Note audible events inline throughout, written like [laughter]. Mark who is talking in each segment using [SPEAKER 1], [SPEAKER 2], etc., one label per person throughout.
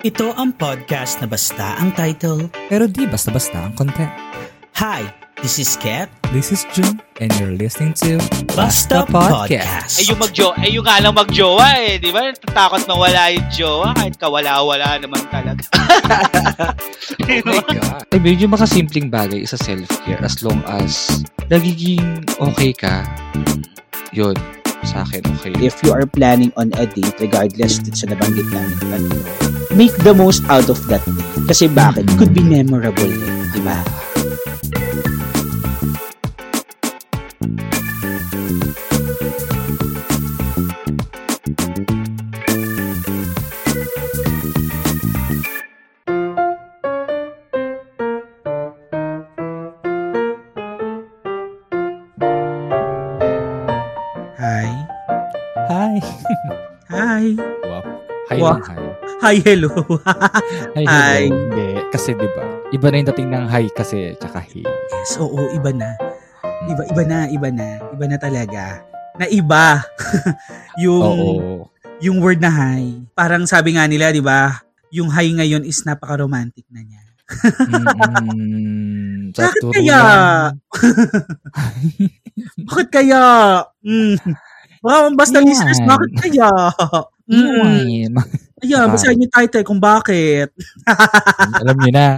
[SPEAKER 1] Ito ang podcast na basta ang title.
[SPEAKER 2] Pero di basta-basta ang content.
[SPEAKER 1] Hi, this is Kat.
[SPEAKER 2] This is June and you're listening to
[SPEAKER 1] Basta, Podcast.
[SPEAKER 3] Ay yung magjo, ay yung nga lang magjowa eh, di ba? Takot na wala yung jowa kahit kawala-wala naman talaga. Di
[SPEAKER 4] Oh
[SPEAKER 3] ba?
[SPEAKER 4] my God. Eh, medyo makasimpleng bagay isa self-care as long as nagiging okay ka, yun, sa akin okay. If
[SPEAKER 5] if you are planning on a date, regardless dun sa nabanggit namin kanino, make the most out of that date. Kasi bakit? It could be memorable eh, di ba? Hi.
[SPEAKER 2] Hi!
[SPEAKER 5] Hi.
[SPEAKER 2] Wow. Hi
[SPEAKER 5] Wow.
[SPEAKER 2] ng hi.
[SPEAKER 5] Hi, hello. [laughs]
[SPEAKER 2] Hi,
[SPEAKER 5] Hi.
[SPEAKER 2] hello. Hindi, kasi di ba? Iba na yung dating ng hi kasi tsaka hey.
[SPEAKER 5] yes, oo, iba na. Iba, iba na, iba na. Iba na talaga. Na iba. [laughs] yung,
[SPEAKER 2] Oo.
[SPEAKER 5] yung word na hi. Parang sabi nga nila, di ba? Yung hi ngayon is napaka-romantic na niya.
[SPEAKER 2] Mm-mm. Sa
[SPEAKER 5] Bakit
[SPEAKER 2] turo
[SPEAKER 5] kaya?
[SPEAKER 2] lang.
[SPEAKER 5] Bakit kaya? Mm. Wow, basta
[SPEAKER 2] Yan.
[SPEAKER 5] listeners, bakit kaya? Mm.
[SPEAKER 2] eh. Yun. eh. Ah.
[SPEAKER 5] Ayan,
[SPEAKER 2] Bakit?
[SPEAKER 5] basahin yung title kung bakit.
[SPEAKER 2] Alam niyo na.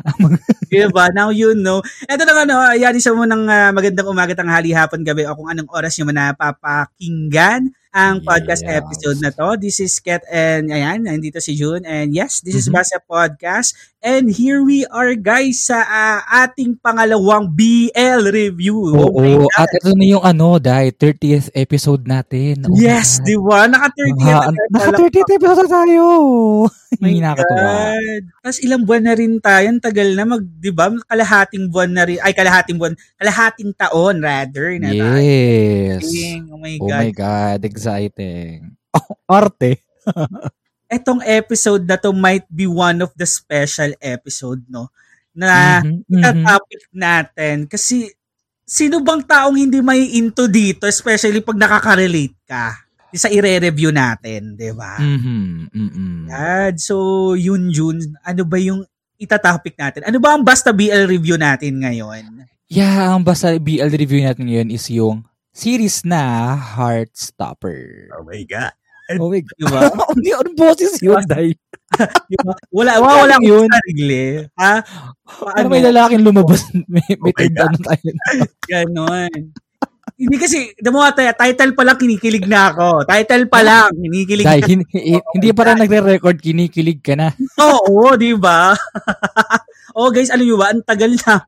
[SPEAKER 5] Diba? Now you know. Ito na nga, no, ayan, isa mo ng ah, magandang umaga, tanghali, hapon, gabi, o kung anong oras nyo manapapakinggan ang podcast
[SPEAKER 2] Yes.
[SPEAKER 5] episode na to. This is Kat and, ayan, nandito si June. And yes, this
[SPEAKER 2] Mhm.
[SPEAKER 5] is Basa Podcast. And here we are, guys, sa ah, ating pangalawang BL review.
[SPEAKER 2] Oo. At ito na yung ano, dahil 30th episode natin. Oh
[SPEAKER 5] yes,
[SPEAKER 2] my
[SPEAKER 5] di ba? Naka-30
[SPEAKER 2] God.
[SPEAKER 5] na tayo.
[SPEAKER 2] Naka 30th episode na tayo.
[SPEAKER 5] Oh My
[SPEAKER 2] Hindi nakakatawa.
[SPEAKER 5] God. Tapos ilang buwan na rin tayo, ang tagal na mag, di ba, kalahating buwan na rin, ay kalahating buwan, kalahating taon rather na tayo.
[SPEAKER 2] Yes.
[SPEAKER 5] Oh my
[SPEAKER 2] Oh
[SPEAKER 5] God.
[SPEAKER 2] my God, exciting. Oh, Arte.
[SPEAKER 5] Etong episode na to might be one of the special episode, no? Na
[SPEAKER 2] Mhm, mhm.
[SPEAKER 5] ita-topic natin. Kasi, sino bang taong hindi may into dito, especially pag nakaka-relate ka? Isa ire-review natin, di ba?
[SPEAKER 2] Mhm, mhm.
[SPEAKER 5] Yan. So, yun, Jun, ano ba yung itatopic natin? Ano ba ang basta BL review natin ngayon?
[SPEAKER 2] Yeah, ang basta BL review natin ngayon is yung series na Heartstopper.
[SPEAKER 5] Oh my God.
[SPEAKER 2] Oh my God. [laughs]
[SPEAKER 5] Diba?
[SPEAKER 2] Hindi, ano boses yun, Day? [laughs]
[SPEAKER 5] diba? Wala, wala, wala akong
[SPEAKER 2] Yun.
[SPEAKER 5] sarili. Ha?
[SPEAKER 2] Ano
[SPEAKER 5] Paano?
[SPEAKER 2] may lalaking lumabas? may may
[SPEAKER 5] Oh my
[SPEAKER 2] tindahan tayo.
[SPEAKER 5] Ganon. Hindi kasi, damo tayo, title pa lang kinikilig na ako. Title pa lang, kinikilig
[SPEAKER 2] Day,
[SPEAKER 5] na
[SPEAKER 2] hin-
[SPEAKER 5] Oh.
[SPEAKER 2] hi- hindi pa rin nagre-record, kinikilig ka na.
[SPEAKER 5] Oo, di ba? [laughs] oh guys, ano yun ba? Ang tagal na.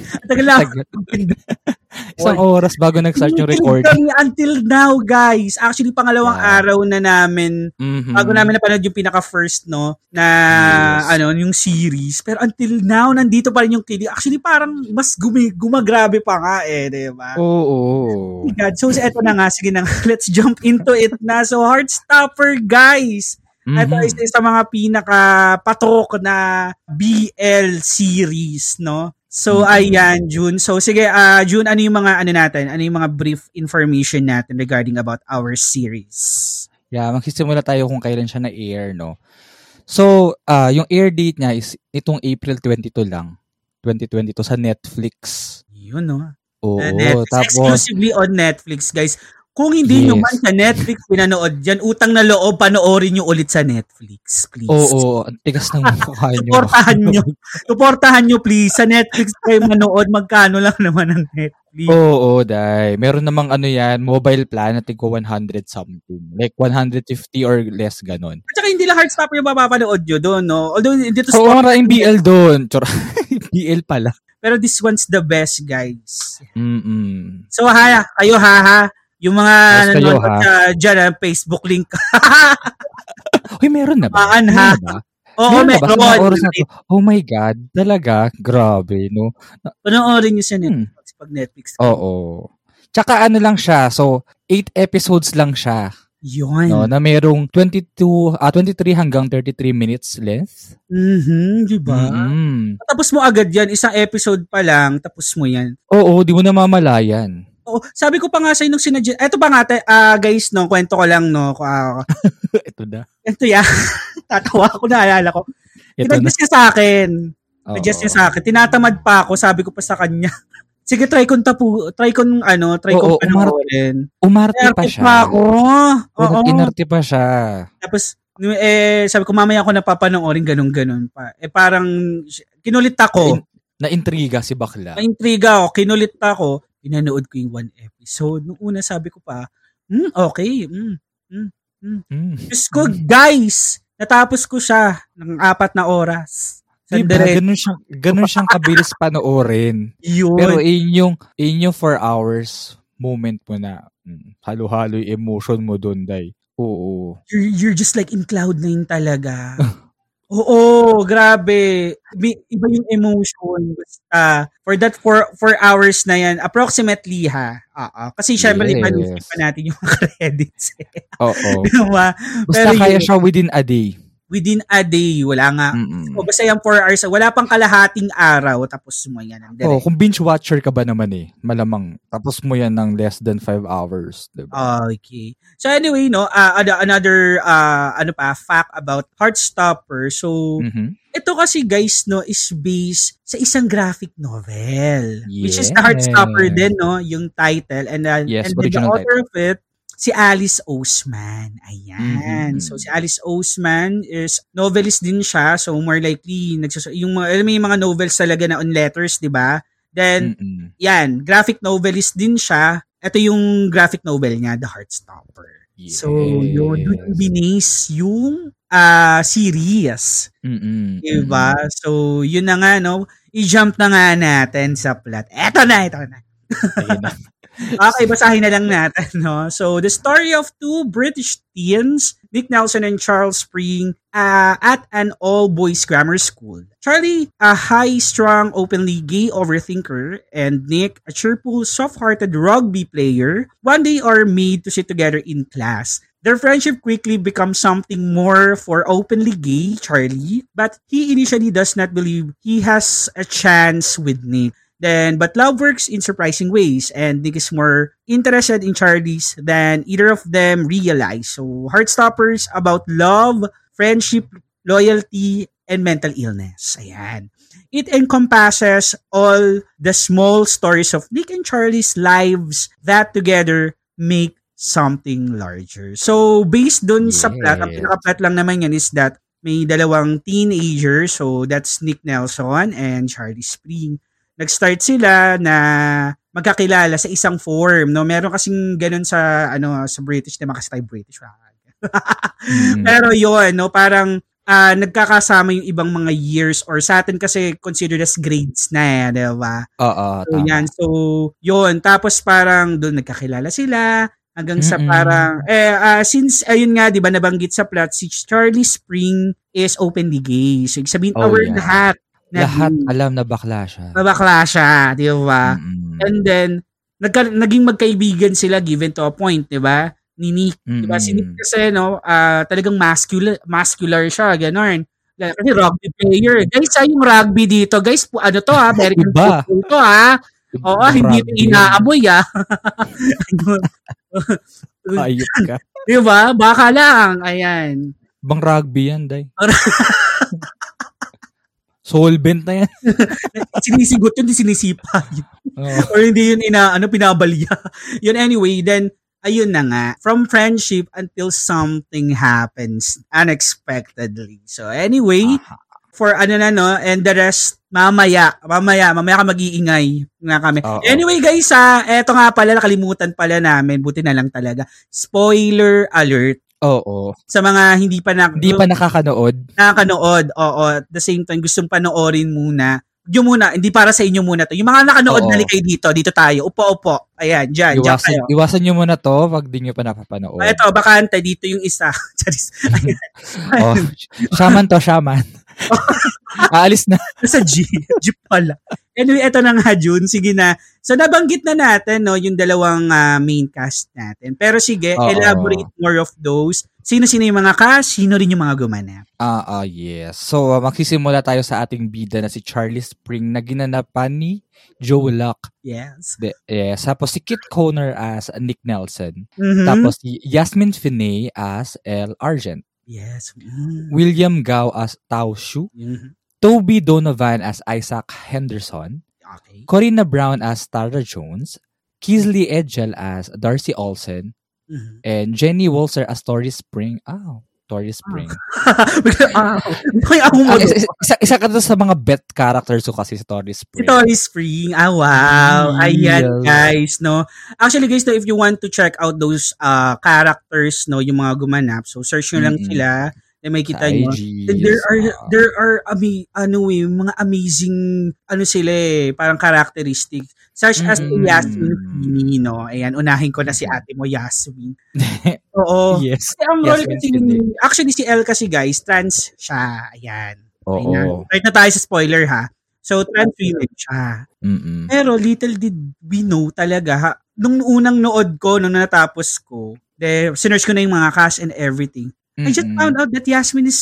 [SPEAKER 5] Ang tagal na.
[SPEAKER 2] Tag-
[SPEAKER 5] [laughs]
[SPEAKER 2] Isang oras bago nag-start yung
[SPEAKER 5] Kinikilig
[SPEAKER 2] record.
[SPEAKER 5] kami Until now, guys. Actually, pangalawang
[SPEAKER 2] Wow.
[SPEAKER 5] araw na namin
[SPEAKER 2] Mhm.
[SPEAKER 5] bago namin napanood yung pinaka first no na
[SPEAKER 2] Yes.
[SPEAKER 5] ano yung series pero until now nandito pa rin yung kilig actually parang mas gumi, gumagrabe pa nga eh di ba
[SPEAKER 2] Oo.
[SPEAKER 5] Oh my God. So, eto na nga. Sige na nga. [laughs] Let's jump into it na. So, Heartstopper, guys. Ito
[SPEAKER 2] Mhm.
[SPEAKER 5] is isa sa mga pinaka-patok na BL series, no? So,
[SPEAKER 2] Mhm.
[SPEAKER 5] ayan, June. So, sige, ah June, ano yung mga, ano natin, ano yung mga brief information natin regarding about our series?
[SPEAKER 2] Yeah, magsisimula tayo kung kailan siya na-air, no? So, ah yung air date niya is itong April 22 lang. 2022 sa Netflix.
[SPEAKER 5] Yun, no?
[SPEAKER 2] Oo,
[SPEAKER 5] Na Netflix. [laughs]
[SPEAKER 2] tapos
[SPEAKER 5] Exclusively on Netflix, guys. Kung hindi nyo
[SPEAKER 2] Yes.
[SPEAKER 5] man sa Netflix pinanood dyan, utang na loob, panoorin nyo ulit sa Netflix, please.
[SPEAKER 2] Oo, ang tigas ng mukha niyo.
[SPEAKER 5] Suportahan
[SPEAKER 2] [laughs]
[SPEAKER 5] nyo. Suportahan nyo, please. Sa Netflix kayo manood, magkano lang naman ang Netflix.
[SPEAKER 2] Oo, dai. Meron namang ano yan, mobile plan na tigwa 100 something. Like 150 or less ganon.
[SPEAKER 5] At saka hindi lang Heartstopper yung mapapanood nyo doon, no? Although, dito
[SPEAKER 2] Oo, maraming BL doon. Chor- [laughs] BL pala.
[SPEAKER 5] Pero this one's the best, guys.
[SPEAKER 2] Mm-mm.
[SPEAKER 5] So, ha, kayo, ha, ha. Yung mga
[SPEAKER 2] Yes, kayo,
[SPEAKER 5] nanonood
[SPEAKER 2] ha.
[SPEAKER 5] sa dyan, ah, Facebook link. [laughs]
[SPEAKER 2] Uy, meron na ba?
[SPEAKER 5] Paan,
[SPEAKER 2] Meron
[SPEAKER 5] ha?
[SPEAKER 2] na ba?
[SPEAKER 5] Oo,
[SPEAKER 2] Meron na ba diba? sa
[SPEAKER 5] meron.
[SPEAKER 2] mga oras na to? Oh my God, talaga, grabe, no?
[SPEAKER 5] Panoorin nyo sa
[SPEAKER 2] Hmm.
[SPEAKER 5] Netflix pag Netflix.
[SPEAKER 2] Oo. Tsaka ano lang siya, so 8 episodes lang siya,
[SPEAKER 5] Yun.
[SPEAKER 2] no, na merong 22 ah 23 hanggang 33 minutes length.
[SPEAKER 5] Mhm, di ba?
[SPEAKER 2] Mm.
[SPEAKER 5] Tapos mo agad yan, isang episode pa lang, tapos mo yan.
[SPEAKER 2] Oo, di mo namamalayan.
[SPEAKER 5] Oo, sabi ko pa nga sa'yo nung sinadya, eto pa nga, te, ah, guys, no, kwento ko lang, no, ko- ah,
[SPEAKER 2] [laughs] Ito na.
[SPEAKER 5] [laughs] ito ya, tatawa ako, naalala ko.
[SPEAKER 2] Ito na.
[SPEAKER 5] Pinag-guess niya sa akin.
[SPEAKER 4] Oo.
[SPEAKER 5] Suggest niya sa akin. Tinatamad pa ako, sabi ko pa sa kanya. [laughs] Sige, try kong tapu, try kong ano, try
[SPEAKER 2] Oo,
[SPEAKER 5] kong
[SPEAKER 2] oo, umar-
[SPEAKER 5] panoorin.
[SPEAKER 2] Umarte pa
[SPEAKER 5] Inarte
[SPEAKER 2] siya.
[SPEAKER 5] pa ako. Oo.
[SPEAKER 2] Inarte- Inarte pa siya.
[SPEAKER 5] Tapos, eh, sabi ko, mamaya ako napapanoorin, ganun-ganun pa. Eh, parang, kinulit ako.
[SPEAKER 2] Naintriga si bakla.
[SPEAKER 5] Naintriga ako, kinulit ako. Pinanood ko yung one episode. Nung una, sabi ko pa, hmm, okay, hmm.
[SPEAKER 2] Mm.
[SPEAKER 5] Diyos ko, guys, natapos ko siya ng apat na oras.
[SPEAKER 2] Diba?
[SPEAKER 5] Sandere,
[SPEAKER 2] Ganun siyang, ganun siyang kabilis panoorin.
[SPEAKER 5] yun.
[SPEAKER 2] Pero inyong, inyong four hours moment mo na mm, halo-halo yung emotion mo doon, Day. Oo.
[SPEAKER 5] you're, you're just like in cloud nine talaga.
[SPEAKER 2] [laughs]
[SPEAKER 5] Oo, grabe. Ibi- Iba yung emotion. Basta, for that four, four hours na yan, approximately ha. Oo. Kasi syempre,
[SPEAKER 2] Yes.
[SPEAKER 5] yes. pa natin yung [laughs] mga credits. eh. [laughs]
[SPEAKER 2] Oo.
[SPEAKER 5] Diba?
[SPEAKER 2] Basta
[SPEAKER 5] Pero yun.
[SPEAKER 2] kaya siya Mm. within a day.
[SPEAKER 5] Within a day, wala nga.
[SPEAKER 2] Mm-mm.
[SPEAKER 5] O basta yung four hours, wala pang kalahating araw, tapos mo yan. ang direct.
[SPEAKER 2] Oh, kung binge watcher ka ba naman eh, malamang tapos mo yan ng less than 5 hours, 'di
[SPEAKER 5] Ah,
[SPEAKER 2] ba?
[SPEAKER 5] Okay. So anyway, no, ah, ano- another ah, ano pa fact about Heartstopper. So
[SPEAKER 2] Mhm.
[SPEAKER 5] ito kasi guys no is based sa isang graphic novel which is the
[SPEAKER 2] Yeah.
[SPEAKER 5] Heartstopper din no yung title and uh,
[SPEAKER 2] Yes,
[SPEAKER 5] and then the
[SPEAKER 2] original
[SPEAKER 5] author of it si Alice Oseman ayan
[SPEAKER 2] Mhm.
[SPEAKER 5] so si Alice Oseman is novelist din siya so more likely nagsus- yung mga alam mo yung mga novels talaga na on letters di ba then
[SPEAKER 2] Mm-mm.
[SPEAKER 5] yan graphic novelist din siya ito yung graphic novel niya The Heartstopper
[SPEAKER 2] Yes.
[SPEAKER 5] so yun doon yung binase yung ah, series
[SPEAKER 2] Mm-mm.
[SPEAKER 5] Diba? So, yun na nga, no? I-jump na nga natin sa plot. Eto na, eto na.
[SPEAKER 2] Ayun na.
[SPEAKER 5] Okay, basahin na lang natin, [laughs] no? So, the story of two British teens, Nick Nelson and Charles Spring, uh, at an all-boys grammar school. Charlie, a high-strung, openly gay overthinker, and Nick, a cheerful, soft-hearted rugby player, one day are made to sit together in class. Their friendship quickly becomes something more for openly gay Charlie, but he initially does not believe he has a chance with Nick. Then, but love works in surprising ways, and Nick is more interested in Charlie's than either of them realize. So, Heartstoppers about love, friendship, loyalty, and mental illness. Ayan. It encompasses all the small stories of Nick and Charlie's lives that together make something larger. So, based dun sa plot, ang
[SPEAKER 2] Yes.
[SPEAKER 5] pinaka-plot lang naman yan is that may dalawang teenager, so that's Nick Nelson and Charlie Spring nag-start sila na magkakilala sa isang form, no? Meron kasing ganun sa, ano, sa British, na kasi tayo British. wala ka.
[SPEAKER 2] Mm-mm.
[SPEAKER 5] [laughs] Pero yun, no? Parang ah, nagkakasama yung ibang mga years or sa atin kasi considered as grades na, eh, di ba?
[SPEAKER 2] Oo,
[SPEAKER 5] So,
[SPEAKER 2] tama.
[SPEAKER 5] yan. So, yun. Tapos parang doon nagkakilala sila hanggang sa
[SPEAKER 2] Mm-mm.
[SPEAKER 5] parang eh ah, since ayun nga 'di ba nabanggit sa plot si Charlie Spring is openly gay. So, ibig sabihin
[SPEAKER 2] Oh,
[SPEAKER 5] aware
[SPEAKER 2] yeah.
[SPEAKER 5] lahat na
[SPEAKER 2] Lahat
[SPEAKER 5] gay.
[SPEAKER 2] alam na bakla siya.
[SPEAKER 5] Mabakla siya, 'di ba?
[SPEAKER 2] Mm-mm.
[SPEAKER 5] And then, nagka- naging magkaibigan sila given to a point, di ba? Ni Nick. Di ba? Si Nick
[SPEAKER 2] Mm-mm.
[SPEAKER 5] kasi, no, ah, talagang muscular, muscular siya, ganun. Like, Kasi rugby player. Guys, ah, yung rugby dito. Guys, pu- ano to ha? American
[SPEAKER 2] Iba.
[SPEAKER 5] football to ha? Oo, hindi ito
[SPEAKER 2] Grabe.
[SPEAKER 5] inaamoy ah. ha?
[SPEAKER 2] Ayup ka.
[SPEAKER 5] di ba? Baka lang. Ayan.
[SPEAKER 2] Bang rugby yan, Day. [laughs] Solvent na yan.
[SPEAKER 5] Sinisigot yun, di sinisipa.
[SPEAKER 2] Oo.
[SPEAKER 5] or hindi yun ina ano pinabalya. [laughs] yun anyway, then ayun na nga from friendship until something happens unexpectedly. So anyway, for ano na no and the rest mamaya, mamaya, mamaya ka mag-iingay na kami.
[SPEAKER 2] Oo.
[SPEAKER 5] Anyway guys, ah, eto nga pala nakalimutan pala namin, buti na lang talaga. Spoiler alert
[SPEAKER 2] Oo.
[SPEAKER 5] sa mga hindi pa na
[SPEAKER 2] Hindi pa nakakanood.
[SPEAKER 5] nakakanood, oo, at the same time, gustong panoorin muna. Yung muna, hindi para sa inyo muna to. Yung mga nakanood,
[SPEAKER 2] Oo.
[SPEAKER 5] na kayo dito. Dito tayo. Upo, upo. Ayan, dyan. Dyan kayo.
[SPEAKER 2] Iwasan, iwasan nyo muna to pag di nyo pa napapanood.
[SPEAKER 5] Oh, ito, bakante. Dito yung isa. Charis. Ayan.
[SPEAKER 2] Oh, shaman to, shaman. Aalis na.
[SPEAKER 5] Nasa G. G pala. Anyway, eto na nga, June. Sige na. So, nabanggit na natin, no, yung dalawang ah, main cast natin. Pero sige,
[SPEAKER 2] Oo.
[SPEAKER 5] elaborate more of those. Sino-sino yung mga cast, sino rin yung mga gumanap.
[SPEAKER 2] Ah, ah, yes. So, ah, magsisimula tayo sa ating bida na si Charlie Spring na ginanapan ni Joe Luck.
[SPEAKER 5] Yes.
[SPEAKER 2] De, yes. Tapos si Kit Conner as Nick Nelson.
[SPEAKER 5] Mhm.
[SPEAKER 2] Tapos si Yasmin Finney as Elle Argent.
[SPEAKER 5] Yes. Mm.
[SPEAKER 2] William Gao as Tao Shu,
[SPEAKER 5] Mhm.
[SPEAKER 2] Toby Donovan as Isaac Henderson,
[SPEAKER 5] Okay.
[SPEAKER 2] Corina Brown as Tara Jones, Kisley Edgel as Darcy Olsen,
[SPEAKER 5] Mhm.
[SPEAKER 2] and Jenny Walser as Tori Spring. Ah, Tori
[SPEAKER 5] [laughs]
[SPEAKER 2] Spring.
[SPEAKER 5] Bigla- ah, may ako mo.
[SPEAKER 2] Ah, isa, isa, isa ka to sa mga bet characters ko kasi si Tori Spring.
[SPEAKER 5] Ito is spring. Ah, wow.
[SPEAKER 2] Mm,
[SPEAKER 5] Ayan,
[SPEAKER 2] yes.
[SPEAKER 5] guys, no? Actually, guys, no, if you want to check out those uh, characters, no, yung mga gumanap, so search nyo lang
[SPEAKER 2] Mm-mm.
[SPEAKER 5] sila na may
[SPEAKER 2] Sa
[SPEAKER 5] kita nyo.
[SPEAKER 2] IG,
[SPEAKER 5] And there
[SPEAKER 2] sa-
[SPEAKER 5] are there are ami ano eh, mga amazing ano sila eh, parang characteristic such as
[SPEAKER 2] Mm.
[SPEAKER 5] Yasmin Fini, no. Ayan, unahin ko na si ate mo
[SPEAKER 2] [laughs]
[SPEAKER 5] Yasmin. Oo.
[SPEAKER 2] yes.
[SPEAKER 5] Kasi ang
[SPEAKER 2] Yes,
[SPEAKER 5] role
[SPEAKER 2] yes,
[SPEAKER 5] kasi,
[SPEAKER 2] hindi.
[SPEAKER 5] actually si El kasi guys, trans siya. Ayan.
[SPEAKER 2] Oo.
[SPEAKER 5] Ayan. Right na tayo sa spoiler ha. So, trans women siya.
[SPEAKER 2] Mm-mm.
[SPEAKER 5] Pero little did we know talaga ha. Nung unang nood ko, nung natapos ko, de, sinerge ko na yung mga cast and everything. I just
[SPEAKER 2] Mm-mm.
[SPEAKER 5] found out that Yasmin is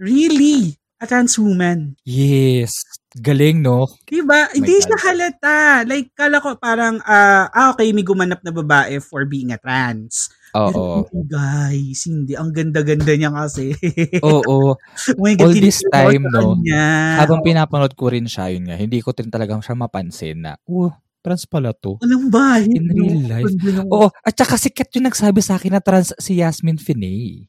[SPEAKER 5] really a trans woman.
[SPEAKER 2] Yes. Galing, no?
[SPEAKER 5] Diba? Hindi
[SPEAKER 2] Oh God.
[SPEAKER 5] siya halata. Like, kala ko parang, ah, ah, okay, may gumanap na babae for being a trans.
[SPEAKER 2] Oo.
[SPEAKER 5] Pero hindi, guys, hindi. Ang ganda-ganda niya kasi. [laughs] Oh
[SPEAKER 2] Oo.
[SPEAKER 5] my
[SPEAKER 2] All this
[SPEAKER 5] kinikilig ako
[SPEAKER 2] time,
[SPEAKER 5] sa
[SPEAKER 2] no,
[SPEAKER 5] kanya.
[SPEAKER 2] Habang pinapanood ko rin siya, yun nga, hindi ko din talagang siya mapansin na, oh, trans pala to.
[SPEAKER 5] Walang bahay.
[SPEAKER 2] In
[SPEAKER 5] no?
[SPEAKER 2] real life.
[SPEAKER 5] Ganda ng-
[SPEAKER 2] Oo, at saka si Kat yung nagsabi sa akin na trans si Yasmin Finney.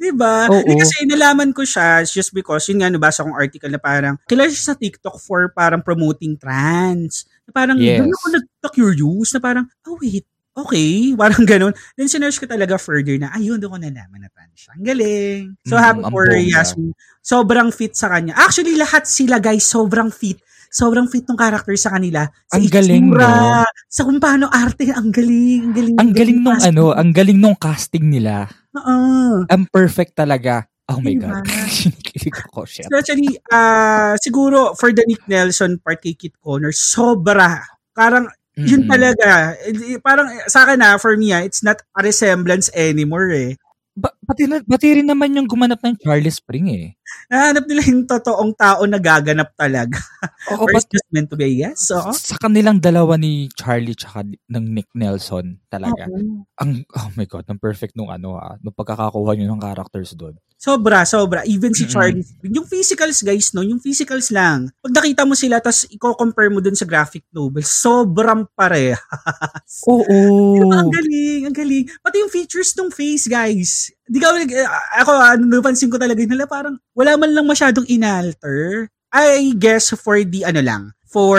[SPEAKER 5] di ba?
[SPEAKER 2] Oo.
[SPEAKER 5] Di Ah, kasi nalaman ko siya it's just because, yun nga, nabasa kong article na parang, kilala siya sa TikTok for parang promoting trans. Na parang,
[SPEAKER 2] Yes.
[SPEAKER 5] doon ako nagka-curious na parang, oh wait, okay, [laughs] parang ganun. Then sinerge ko talaga further na, ayun, doon ko nalaman na trans siya. Ang galing. So,
[SPEAKER 2] Mm,
[SPEAKER 5] happy
[SPEAKER 2] ang
[SPEAKER 5] for
[SPEAKER 2] bongga.
[SPEAKER 5] Yasmin. Sobrang fit sa kanya. Actually, lahat sila, guys, sobrang fit. Sobrang fit ng character sa kanila. Sa
[SPEAKER 2] Ang galing,
[SPEAKER 5] itsura, Sa kung paano arte, ang galing. Ang galing,
[SPEAKER 2] Ang galing nung
[SPEAKER 5] casting.
[SPEAKER 2] ano, ang galing nung casting nila.
[SPEAKER 5] Oo.
[SPEAKER 2] Ang perfect talaga. Oh my
[SPEAKER 5] Diba?
[SPEAKER 2] God. [laughs] Kinikilig ako, shit.
[SPEAKER 5] Especially, ah, siguro, for the Nick Nelson part kay Kit Connor, sobra. Parang, yun
[SPEAKER 2] Mm-mm.
[SPEAKER 5] talaga. Eh, Parang, eh, sa akin na, for me, ah, it's not a resemblance anymore eh.
[SPEAKER 2] Ba- pati, na- pati rin naman yung gumanap ng Charlie Spring eh.
[SPEAKER 5] Nahanap nila yung totoong tao na gaganap talaga. Or
[SPEAKER 2] Oo, Oh, but
[SPEAKER 5] it's just meant Oh, to be, yes. So,
[SPEAKER 2] sa kanilang dalawa ni Charlie tsaka ni- ng Nick Nelson talaga. Ang, oh my God, ang perfect nung ano ah, nung pagkakakuha nyo ng characters doon.
[SPEAKER 5] Sobra, sobra. Even si
[SPEAKER 2] Mm-mm.
[SPEAKER 5] Charlie. Yung physicals, guys, no? Yung physicals lang. Pag nakita mo sila, tapos i-compare mo dun sa graphic novel, sobrang pareha.
[SPEAKER 2] Oo.
[SPEAKER 5] Diba, ang galing, ang galing. Pati yung features ng face, guys. Di ka, nag- ako, ano, napansin ko talaga, nila parang wala man lang masyadong inalter. I guess for the, ano lang, for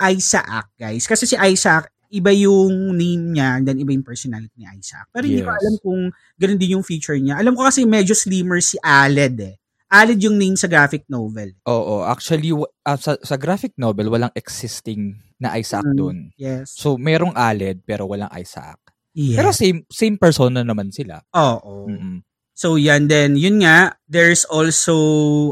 [SPEAKER 5] Isaac, guys. Kasi si Isaac, iba yung name niya, then iba yung personality ni Isaac. Pero hindi ko
[SPEAKER 2] Yes.
[SPEAKER 5] alam kung ganun din yung feature niya. Alam ko kasi medyo slimmer si Aled eh. Aled yung name sa graphic novel.
[SPEAKER 2] Oo, actually wa- ah, sa, sa graphic novel walang existing na Isaac
[SPEAKER 5] Mm.
[SPEAKER 2] doon.
[SPEAKER 5] Yes.
[SPEAKER 2] So merong Aled pero walang Isaac.
[SPEAKER 5] Yeah.
[SPEAKER 2] Pero same same persona naman sila.
[SPEAKER 5] Oo.
[SPEAKER 2] Mm-mm.
[SPEAKER 5] So yan then yun nga there's also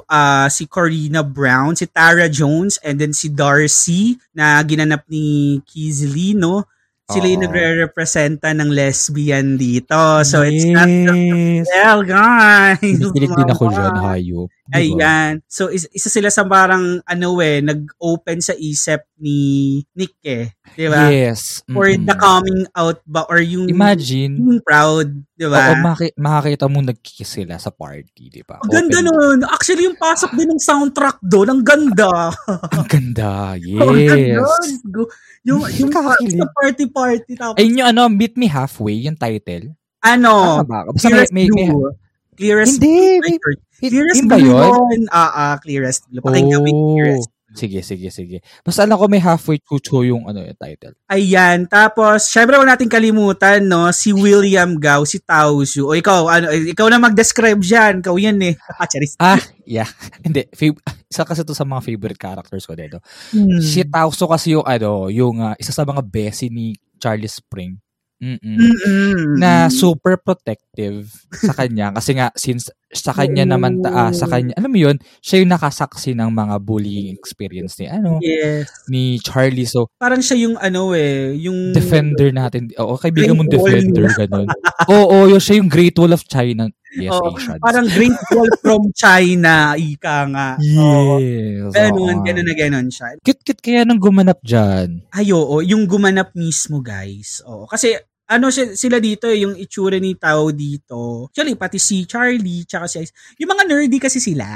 [SPEAKER 5] uh, si Corina Brown, si Tara Jones and then si Darcy na ginanap ni Kizly no. Sila yung
[SPEAKER 2] Oo.
[SPEAKER 5] nagre-representa ng lesbian dito. So it's not the
[SPEAKER 2] Yes.
[SPEAKER 5] well, guys. [laughs]
[SPEAKER 2] Kinikilig din ako
[SPEAKER 5] Mga-
[SPEAKER 2] dyan, hayop. Diba?
[SPEAKER 5] Ayan. So, is- isa sila sa parang, ano eh, nag-open sa isip ni Nick eh. Di ba?
[SPEAKER 2] Yes.
[SPEAKER 5] Or
[SPEAKER 2] Mm-mm.
[SPEAKER 5] the coming out ba? Or yung,
[SPEAKER 2] Imagine,
[SPEAKER 5] yung proud. Di
[SPEAKER 2] oo,
[SPEAKER 5] ba?
[SPEAKER 2] maki- makakita mo nagkikiss sila sa party, di ba?
[SPEAKER 5] Ang ganda
[SPEAKER 2] Open-
[SPEAKER 5] nun. Actually, yung pasok din ng soundtrack doon, ang ganda. [laughs]
[SPEAKER 2] [laughs] Ang ganda,
[SPEAKER 5] Ang ganda.
[SPEAKER 2] yes.
[SPEAKER 5] Go- Yung, yung
[SPEAKER 2] Kakakilig.
[SPEAKER 5] sa party-party. Tapos,
[SPEAKER 2] Ayun yung ano, Meet Me Halfway, yung title.
[SPEAKER 5] ano,
[SPEAKER 2] Tama ba? Basta
[SPEAKER 5] Clearest
[SPEAKER 2] may, may, may,
[SPEAKER 5] Blue. Clearest
[SPEAKER 2] hindi, may,
[SPEAKER 5] Blue. Clearest
[SPEAKER 2] hindi ba
[SPEAKER 5] Blue
[SPEAKER 2] yun?
[SPEAKER 5] yun. Ah, ah, Clearest Blue. Pakinggan mo yung
[SPEAKER 2] Oh.
[SPEAKER 5] Clearest Blue.
[SPEAKER 2] Sige, sige, sige. Basta alam ko may halfway chucho yung ano yung title.
[SPEAKER 5] Ayan. Tapos, syempre wala natin kalimutan, no? Si William Gao, si Taozu. O ikaw, ano, eh, ikaw na mag-describe dyan. Ikaw yan eh. [laughs] Ah, charis.
[SPEAKER 2] Ah, yeah. Hindi. Fav- [laughs] isa kasi to sa mga favorite characters ko dito.
[SPEAKER 5] Hmm.
[SPEAKER 2] Si Tauso kasi yung ano, yung ah, isa sa mga besi ni Charlie Spring.
[SPEAKER 5] Hmm.
[SPEAKER 2] Mm-mm.
[SPEAKER 5] Mm-mm.
[SPEAKER 2] Na super protective sa kanya kasi nga since sa kanya naman ta, ah, sa kanya alam mo yun siya yung nakasaksi ng mga bullying experience ni ano
[SPEAKER 5] Yes.
[SPEAKER 2] ni Charlie so
[SPEAKER 5] Parang siya yung ano eh, yung...
[SPEAKER 2] defender natin oo kaibigan mong
[SPEAKER 5] Great Wall.
[SPEAKER 2] defender ganun oo yun siya yung Great Wall of China yes
[SPEAKER 5] Oo,
[SPEAKER 2] Asians
[SPEAKER 5] Parang Great Wall from China, ika nga. Oo.
[SPEAKER 2] Yes.
[SPEAKER 5] Ganun,
[SPEAKER 2] oo.
[SPEAKER 5] ganun na ganun siya.
[SPEAKER 2] Cute-cute kaya nang gumanap dyan.
[SPEAKER 5] Ay, oo, yung gumanap mismo, guys. Oo, kasi ano si- sila dito, eh, yung itsura ni Tao dito. Actually, pati si Charlie, tsaka si Ice. Yung mga nerdy kasi sila.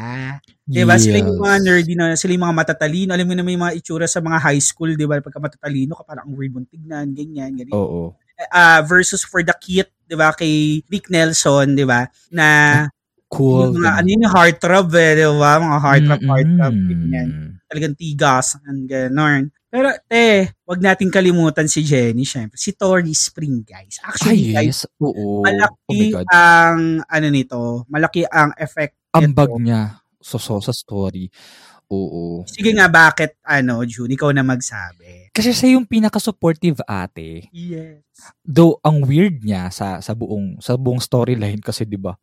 [SPEAKER 5] Diba? Sila yung mga nerdy na, sila yung mga matatalino. Alam mo na may mga itsura sa mga high school, diba? Pagka matatalino ka, parang ang weird mong tignan, ganyan, ganyan.
[SPEAKER 2] Oo.
[SPEAKER 5] Ah, versus for the cute, diba? Kay Nick Nelson, diba? Na,
[SPEAKER 2] Cool.
[SPEAKER 5] yung mga, ano yun, yung heartthrob, eh, diba? Mga heartthrob,
[SPEAKER 2] Mm-mm. Ah,
[SPEAKER 5] heartthrob, ganyan talagang tigas and gano'n. Pero te, wag nating kalimutan si Jenny, syempre. Si Tori Spring, guys. Actually,
[SPEAKER 2] Ay,
[SPEAKER 5] guys,
[SPEAKER 2] yes. Oo. oh my
[SPEAKER 5] malaki
[SPEAKER 2] God.
[SPEAKER 5] ang ano nito, malaki ang effect.
[SPEAKER 2] Ang
[SPEAKER 5] nito.
[SPEAKER 2] bag niya. So, sa story. Oo.
[SPEAKER 5] Sige nga, bakit ano, June, ikaw na magsabi.
[SPEAKER 2] Kasi siya yung pinaka-supportive ate.
[SPEAKER 5] Yes.
[SPEAKER 2] though ang weird niya sa sa buong sa buong storyline kasi 'di ba?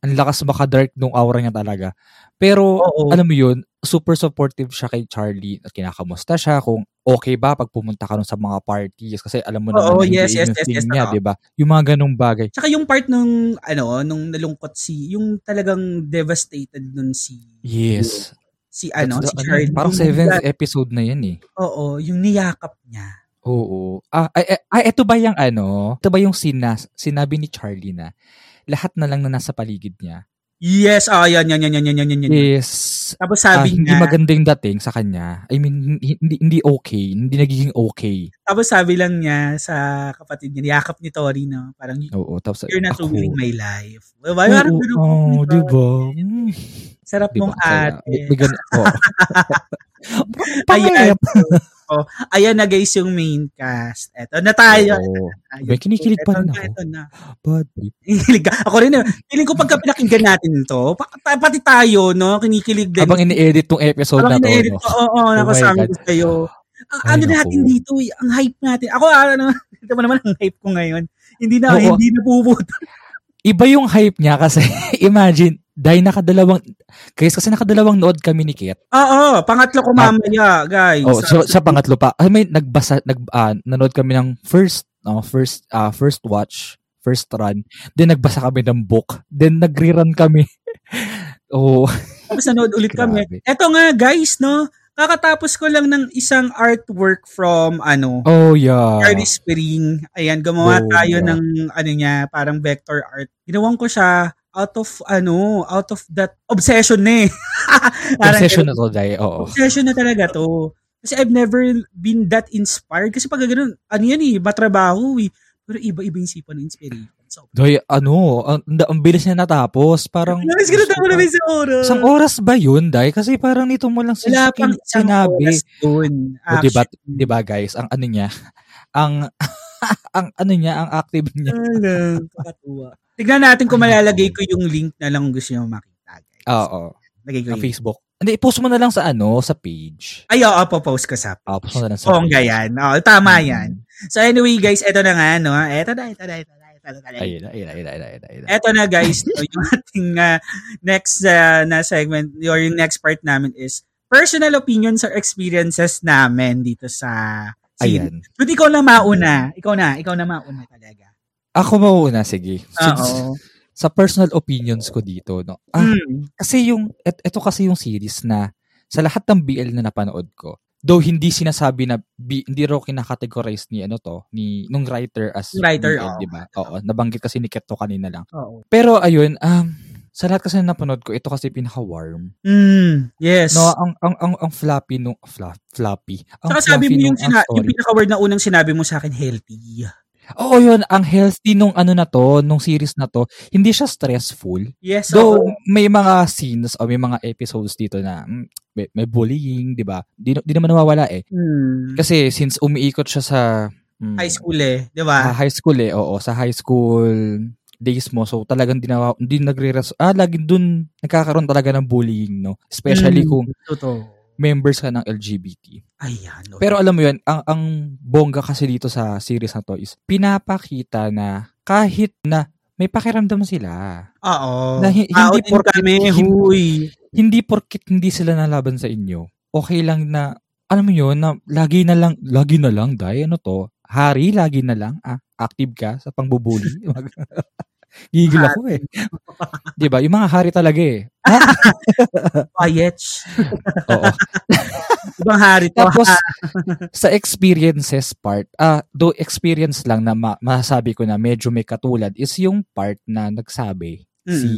[SPEAKER 2] Ang lakas maka-dark nung aura niya talaga. Pero
[SPEAKER 5] Oo.
[SPEAKER 2] alam mo 'yun, super supportive siya kay Charlie at kinakamusta siya kung okay ba pag pumunta ka nun sa mga parties kasi alam mo naman
[SPEAKER 5] Oo,
[SPEAKER 2] na hindi
[SPEAKER 5] yes, yes,
[SPEAKER 2] yun yung
[SPEAKER 5] yes,
[SPEAKER 2] thing
[SPEAKER 5] yes,
[SPEAKER 2] niya,
[SPEAKER 5] oo.
[SPEAKER 2] 'di ba? Yung mga ganung bagay.
[SPEAKER 5] Tsaka yung part nung ano, nung nalungkot si, yung talagang devastated nun si
[SPEAKER 2] Yes.
[SPEAKER 5] si ano,
[SPEAKER 2] That's
[SPEAKER 5] si
[SPEAKER 2] the-
[SPEAKER 5] Charlie.
[SPEAKER 2] Parang
[SPEAKER 5] Yung
[SPEAKER 2] seventh
[SPEAKER 5] niya-
[SPEAKER 2] episode na 'yan eh.
[SPEAKER 5] Oo, yung niyakap niya.
[SPEAKER 2] Oo. Ah, ay, ay, ay, ito ba yung ano? Ito ba yung sinas, sinabi ni Charlie na lahat na lang na nasa paligid niya
[SPEAKER 5] Yes, ah, yan, yan, yan, yan, yan, yan, yan.
[SPEAKER 2] is
[SPEAKER 5] Tapos
[SPEAKER 2] Ah,
[SPEAKER 5] sabi
[SPEAKER 2] hindi
[SPEAKER 5] niya,
[SPEAKER 2] magandang dating sa kanya. I mean, hindi, hindi okay. Hindi nagiging okay.
[SPEAKER 5] Tapos sabi lang niya sa kapatid niya, yakap ni Tori, no? Parang,
[SPEAKER 2] Oo, tapos
[SPEAKER 5] you're not
[SPEAKER 2] ako.
[SPEAKER 5] ruining my life. Diba?
[SPEAKER 2] Oo,
[SPEAKER 5] Parang ganun po,
[SPEAKER 2] oo, Mm, oh, di ba? Mm,
[SPEAKER 5] Sarap
[SPEAKER 2] Di ba?
[SPEAKER 5] mong
[SPEAKER 2] Kaya,
[SPEAKER 5] ate.
[SPEAKER 2] may- may
[SPEAKER 5] [laughs]
[SPEAKER 2] ganun- oo.
[SPEAKER 5] Ayan.
[SPEAKER 2] Pangit.
[SPEAKER 5] oh, ayan na guys yung main cast. Eto na tayo.
[SPEAKER 2] Oo.
[SPEAKER 5] Ayun.
[SPEAKER 2] May kinikilig pa
[SPEAKER 5] Eto
[SPEAKER 2] rin
[SPEAKER 5] na,
[SPEAKER 2] ako.
[SPEAKER 5] Eto na. [laughs]
[SPEAKER 2] Bad trip.
[SPEAKER 5] Kinikilig ka. Ako rin, eh. feeling ko pagka pinakinggan natin to, pa- pa- pati tayo, no? Kinikilig din.
[SPEAKER 2] Habang ini-edit tong episode
[SPEAKER 5] Parang
[SPEAKER 2] na to. ano,
[SPEAKER 5] ina-edit
[SPEAKER 2] no?
[SPEAKER 5] ko, oo, oh,
[SPEAKER 2] my
[SPEAKER 5] nakasama
[SPEAKER 2] God.
[SPEAKER 5] ko sa'yo. Ang
[SPEAKER 2] Ay,
[SPEAKER 5] ano
[SPEAKER 2] naku.
[SPEAKER 5] natin dito, eh, ang hype natin. Ako, ano, [laughs] ito mo naman ang hype ko ngayon. Hindi na,
[SPEAKER 2] Oo.
[SPEAKER 5] hindi na puputo.
[SPEAKER 2] Iba yung hype niya kasi [laughs] imagine, dahil nakadalawang, guys, kasi nakadalawang nood kami ni Kate.
[SPEAKER 5] Oo, pangatlo
[SPEAKER 2] Ah.
[SPEAKER 5] ko mamaya, guys.
[SPEAKER 2] Oh,
[SPEAKER 5] [laughs]
[SPEAKER 2] siya, siya pangatlo pa. I mean, nagbasa nag ah, nanood kami ng first no, first ah, first watch, first run. Then nagbasa kami ng book. Then nagre-run kami. [laughs] oh,
[SPEAKER 5] Tapos nanood ulit kami.
[SPEAKER 2] Grabe.
[SPEAKER 5] Eto nga guys, no? Kakatapos ko lang ng isang artwork from ano,
[SPEAKER 2] oh yeah.
[SPEAKER 5] Charlie Spring. Ayan, gumawa
[SPEAKER 2] Oh,
[SPEAKER 5] tayo
[SPEAKER 2] yeah.
[SPEAKER 5] ng ano niya, parang vector art. Ginawan ko siya out of ano, out of that obsession na eh. [laughs] Parang
[SPEAKER 2] Obsession
[SPEAKER 5] ganun.
[SPEAKER 2] na to, Day. Oo.
[SPEAKER 5] Obsession na talaga to. Kasi I've never been that inspired. Kasi pag ganun, ano yan eh, matrabaho eh. Pero iba-iba yung sipa ng inspiration. So,
[SPEAKER 2] Day, ano, ang, ang- ang bilis niya natapos. Parang,
[SPEAKER 5] Nais ko na tayo na may sa oras.
[SPEAKER 2] isang oras ba yun, Day? Kasi parang nito mo lang
[SPEAKER 5] Wala
[SPEAKER 2] sin-
[SPEAKER 5] pang isang
[SPEAKER 2] sinabi.
[SPEAKER 5] oras dun.
[SPEAKER 2] O, diba,
[SPEAKER 5] actually.
[SPEAKER 2] diba, guys, ang ano niya, [laughs] ang, ang ano niya, ang active
[SPEAKER 5] Mm.
[SPEAKER 2] niya. [laughs]
[SPEAKER 5] Alam, kakatuwa. Tignan natin kung malalagay ko yung link na lang gusto nyo makita, guys.
[SPEAKER 2] Oo.
[SPEAKER 5] Lagay ko
[SPEAKER 2] Sa
[SPEAKER 5] yung...
[SPEAKER 2] Facebook. Hindi, i-post mo na lang sa ano, sa page.
[SPEAKER 5] Ay, oo, popost ko sa...
[SPEAKER 2] Ah, post mo na lang sa
[SPEAKER 5] Song
[SPEAKER 2] page.
[SPEAKER 5] yan. Oo, tama
[SPEAKER 2] Mm.
[SPEAKER 5] yan. So anyway, guys, eto na nga, no? Eto na, eto na, eto na, eto na.
[SPEAKER 2] Ayun, ayun, ayun, ayun, ayun, ayun.
[SPEAKER 5] Eto na, guys. no,
[SPEAKER 2] [laughs]
[SPEAKER 5] yung ating ah, next ah, na segment or yung next part namin is personal opinions or experiences namin dito sa scene.
[SPEAKER 2] Ayan.
[SPEAKER 5] Dude, ikaw na mauna. Ikaw na. Ikaw na mauna talaga.
[SPEAKER 2] Ako mauuna, sige. Since,
[SPEAKER 5] Oo.
[SPEAKER 2] sa personal opinions ko dito, no? Ah,
[SPEAKER 5] Mm.
[SPEAKER 2] kasi yung, et, eto kasi yung series na sa lahat ng BL na napanood ko, though hindi sinasabi na B, hindi raw kinakategorize ni ano to ni nung writer as
[SPEAKER 5] Writer,
[SPEAKER 2] BL,
[SPEAKER 5] oo.
[SPEAKER 2] di ba? Oo, nabanggit kasi ni Keto kanina lang.
[SPEAKER 5] Oo.
[SPEAKER 2] Pero ayun, um sa lahat kasi na napanood ko, ito kasi pinaka-warm.
[SPEAKER 5] Mm. Yes.
[SPEAKER 2] No, ang ang ang, ang floppy nung flop, floppy. Ang
[SPEAKER 5] Saka sabi
[SPEAKER 2] fluffy
[SPEAKER 5] mo yung,
[SPEAKER 2] nung- ah, ang
[SPEAKER 5] sina- yung
[SPEAKER 2] story.
[SPEAKER 5] pinaka-word na unang sinabi mo sa akin, healthy.
[SPEAKER 2] Oo, yun. Ang healthy nung ano na to, nung series na to, hindi siya stressful.
[SPEAKER 5] Yes.
[SPEAKER 2] Though,
[SPEAKER 5] oo.
[SPEAKER 2] may mga scenes o may mga episodes dito na mm, may, may bullying, di ba? Di, di naman nawawala eh.
[SPEAKER 5] Hmm.
[SPEAKER 2] Kasi since umiikot siya sa mm,
[SPEAKER 5] High school eh, di
[SPEAKER 2] ah,
[SPEAKER 5] ba?
[SPEAKER 2] high school eh, oo. Sa high school days mo, so talagang di, nawa- di nagre Ah, lagi dun nagkakaroon talaga ng bullying, no? Especially
[SPEAKER 5] Hmm.
[SPEAKER 2] kung
[SPEAKER 5] Totoo.
[SPEAKER 2] members ka ng LGBT.
[SPEAKER 5] Ayan. oo.
[SPEAKER 2] Pero alam mo yun, ang, ang bongga kasi dito sa series na to is pinapakita na kahit na may pakiramdam sila.
[SPEAKER 5] Oo.
[SPEAKER 2] Na hi- hindi
[SPEAKER 5] Outin
[SPEAKER 2] porket
[SPEAKER 5] kami,
[SPEAKER 2] hindi-
[SPEAKER 5] huy.
[SPEAKER 2] Hindi porkit hindi sila nalaban sa inyo. Okay lang na, alam mo yun, na lagi na lang, lagi na lang, dahil ano to, hari, lagi na lang, ah, active ka sa pangbubuli. Gigil ako eh. Di ba? Yung mga hari talaga eh.
[SPEAKER 5] Quiet.
[SPEAKER 2] Oo.
[SPEAKER 5] Ibang hari to.
[SPEAKER 2] Tapos,
[SPEAKER 5] Ah,
[SPEAKER 2] sa experiences part, ah, do experience lang na ma- masasabi ko na medyo may katulad is yung part na nagsabi si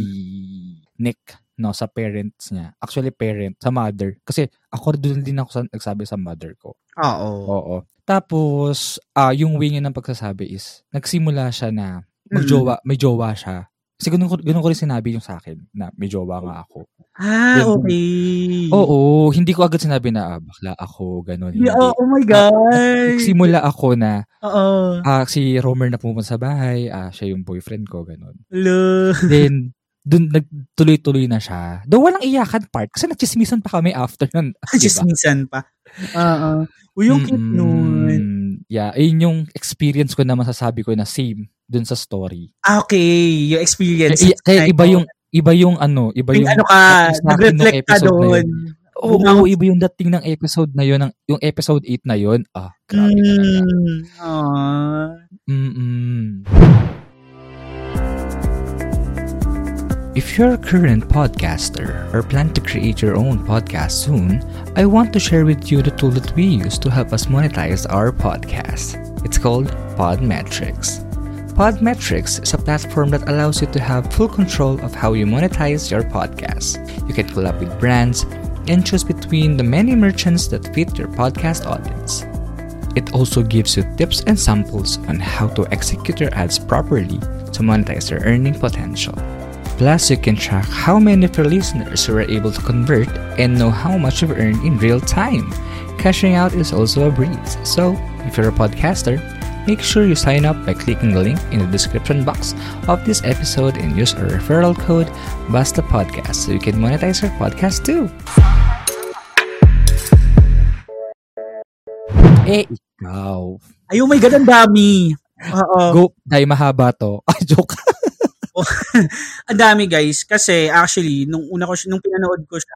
[SPEAKER 2] Nick no sa parents niya. Actually, parent, sa mother. Kasi ako doon din ako sa, nagsabi sa mother ko.
[SPEAKER 5] oo.
[SPEAKER 2] Oo. Tapos, ah yung way niya ng pagsasabi is, nagsimula siya na
[SPEAKER 5] Hmm.
[SPEAKER 2] magjowa, may jowa siya. Kasi ganun ko, ganun ko rin sinabi yung sa akin na may jowa nga ako.
[SPEAKER 5] Ah, okay.
[SPEAKER 2] Oo, hindi ko agad sinabi na ah, bakla ako, ganun. Hindi.
[SPEAKER 5] Yeah, oh, oh
[SPEAKER 2] Ah,
[SPEAKER 5] my God.
[SPEAKER 2] Nagsimula ako na
[SPEAKER 5] Oo.
[SPEAKER 2] Ah, si Romer na pumunta sa bahay, ah, siya yung boyfriend ko, ganun.
[SPEAKER 5] Hello.
[SPEAKER 2] Then, dun nagtuloy-tuloy na siya. Though walang iyakan part, kasi nagchismisan pa kami after
[SPEAKER 5] [laughs]
[SPEAKER 2] nun.
[SPEAKER 5] Just
[SPEAKER 2] Diba?
[SPEAKER 5] minsan pa. Oo. Uy, yung cute
[SPEAKER 2] Mm-mm.
[SPEAKER 5] nun.
[SPEAKER 2] Yeah, ayun yung experience ko na masasabi ko na same dun sa story.
[SPEAKER 5] Ah, okay. Yung experience.
[SPEAKER 2] Kaya, kaya
[SPEAKER 5] Ay,
[SPEAKER 2] iba
[SPEAKER 5] oo.
[SPEAKER 2] yung, iba yung ano, iba
[SPEAKER 5] Yung
[SPEAKER 2] yung,
[SPEAKER 5] ano ka,
[SPEAKER 2] sa akin nung
[SPEAKER 5] nag-reflect ka
[SPEAKER 2] episode na
[SPEAKER 5] doon.
[SPEAKER 2] yun. Oo,
[SPEAKER 5] Bumawi.
[SPEAKER 2] iba yung dating ng episode na yun, ng, yung episode 8 na yun. Ah, grabe talaga.
[SPEAKER 5] Mm. Aw.
[SPEAKER 2] Mm-mm. If you're a current podcaster or plan to create your own podcast soon, I want to share with you the tool that we use to help us monetize our podcast. It's called Podmetrics. Podmetrics is a platform that allows you to have full control of how you monetize your podcast. You can pull up with brands and choose between the many merchants that fit your podcast audience. It also gives you tips and samples on how to execute your ads properly to monetize your earning potential. Plus, you can track how many of your listeners you were able to convert and know how much you've earned in real time. Cashing out is also a breeze, so if you're a podcaster, make sure you sign up by clicking the link in the description box of this episode and use our referral code BASTAPODCAST so you can monetize your podcast too. Eh, ikaw.
[SPEAKER 5] Ay, oh my God, ang dami. Oo.
[SPEAKER 2] Go, dahil mahaba to. [laughs] Ah, joke.
[SPEAKER 5] ang dami guys kasi actually nung una ko siya- nung pinanood ko siya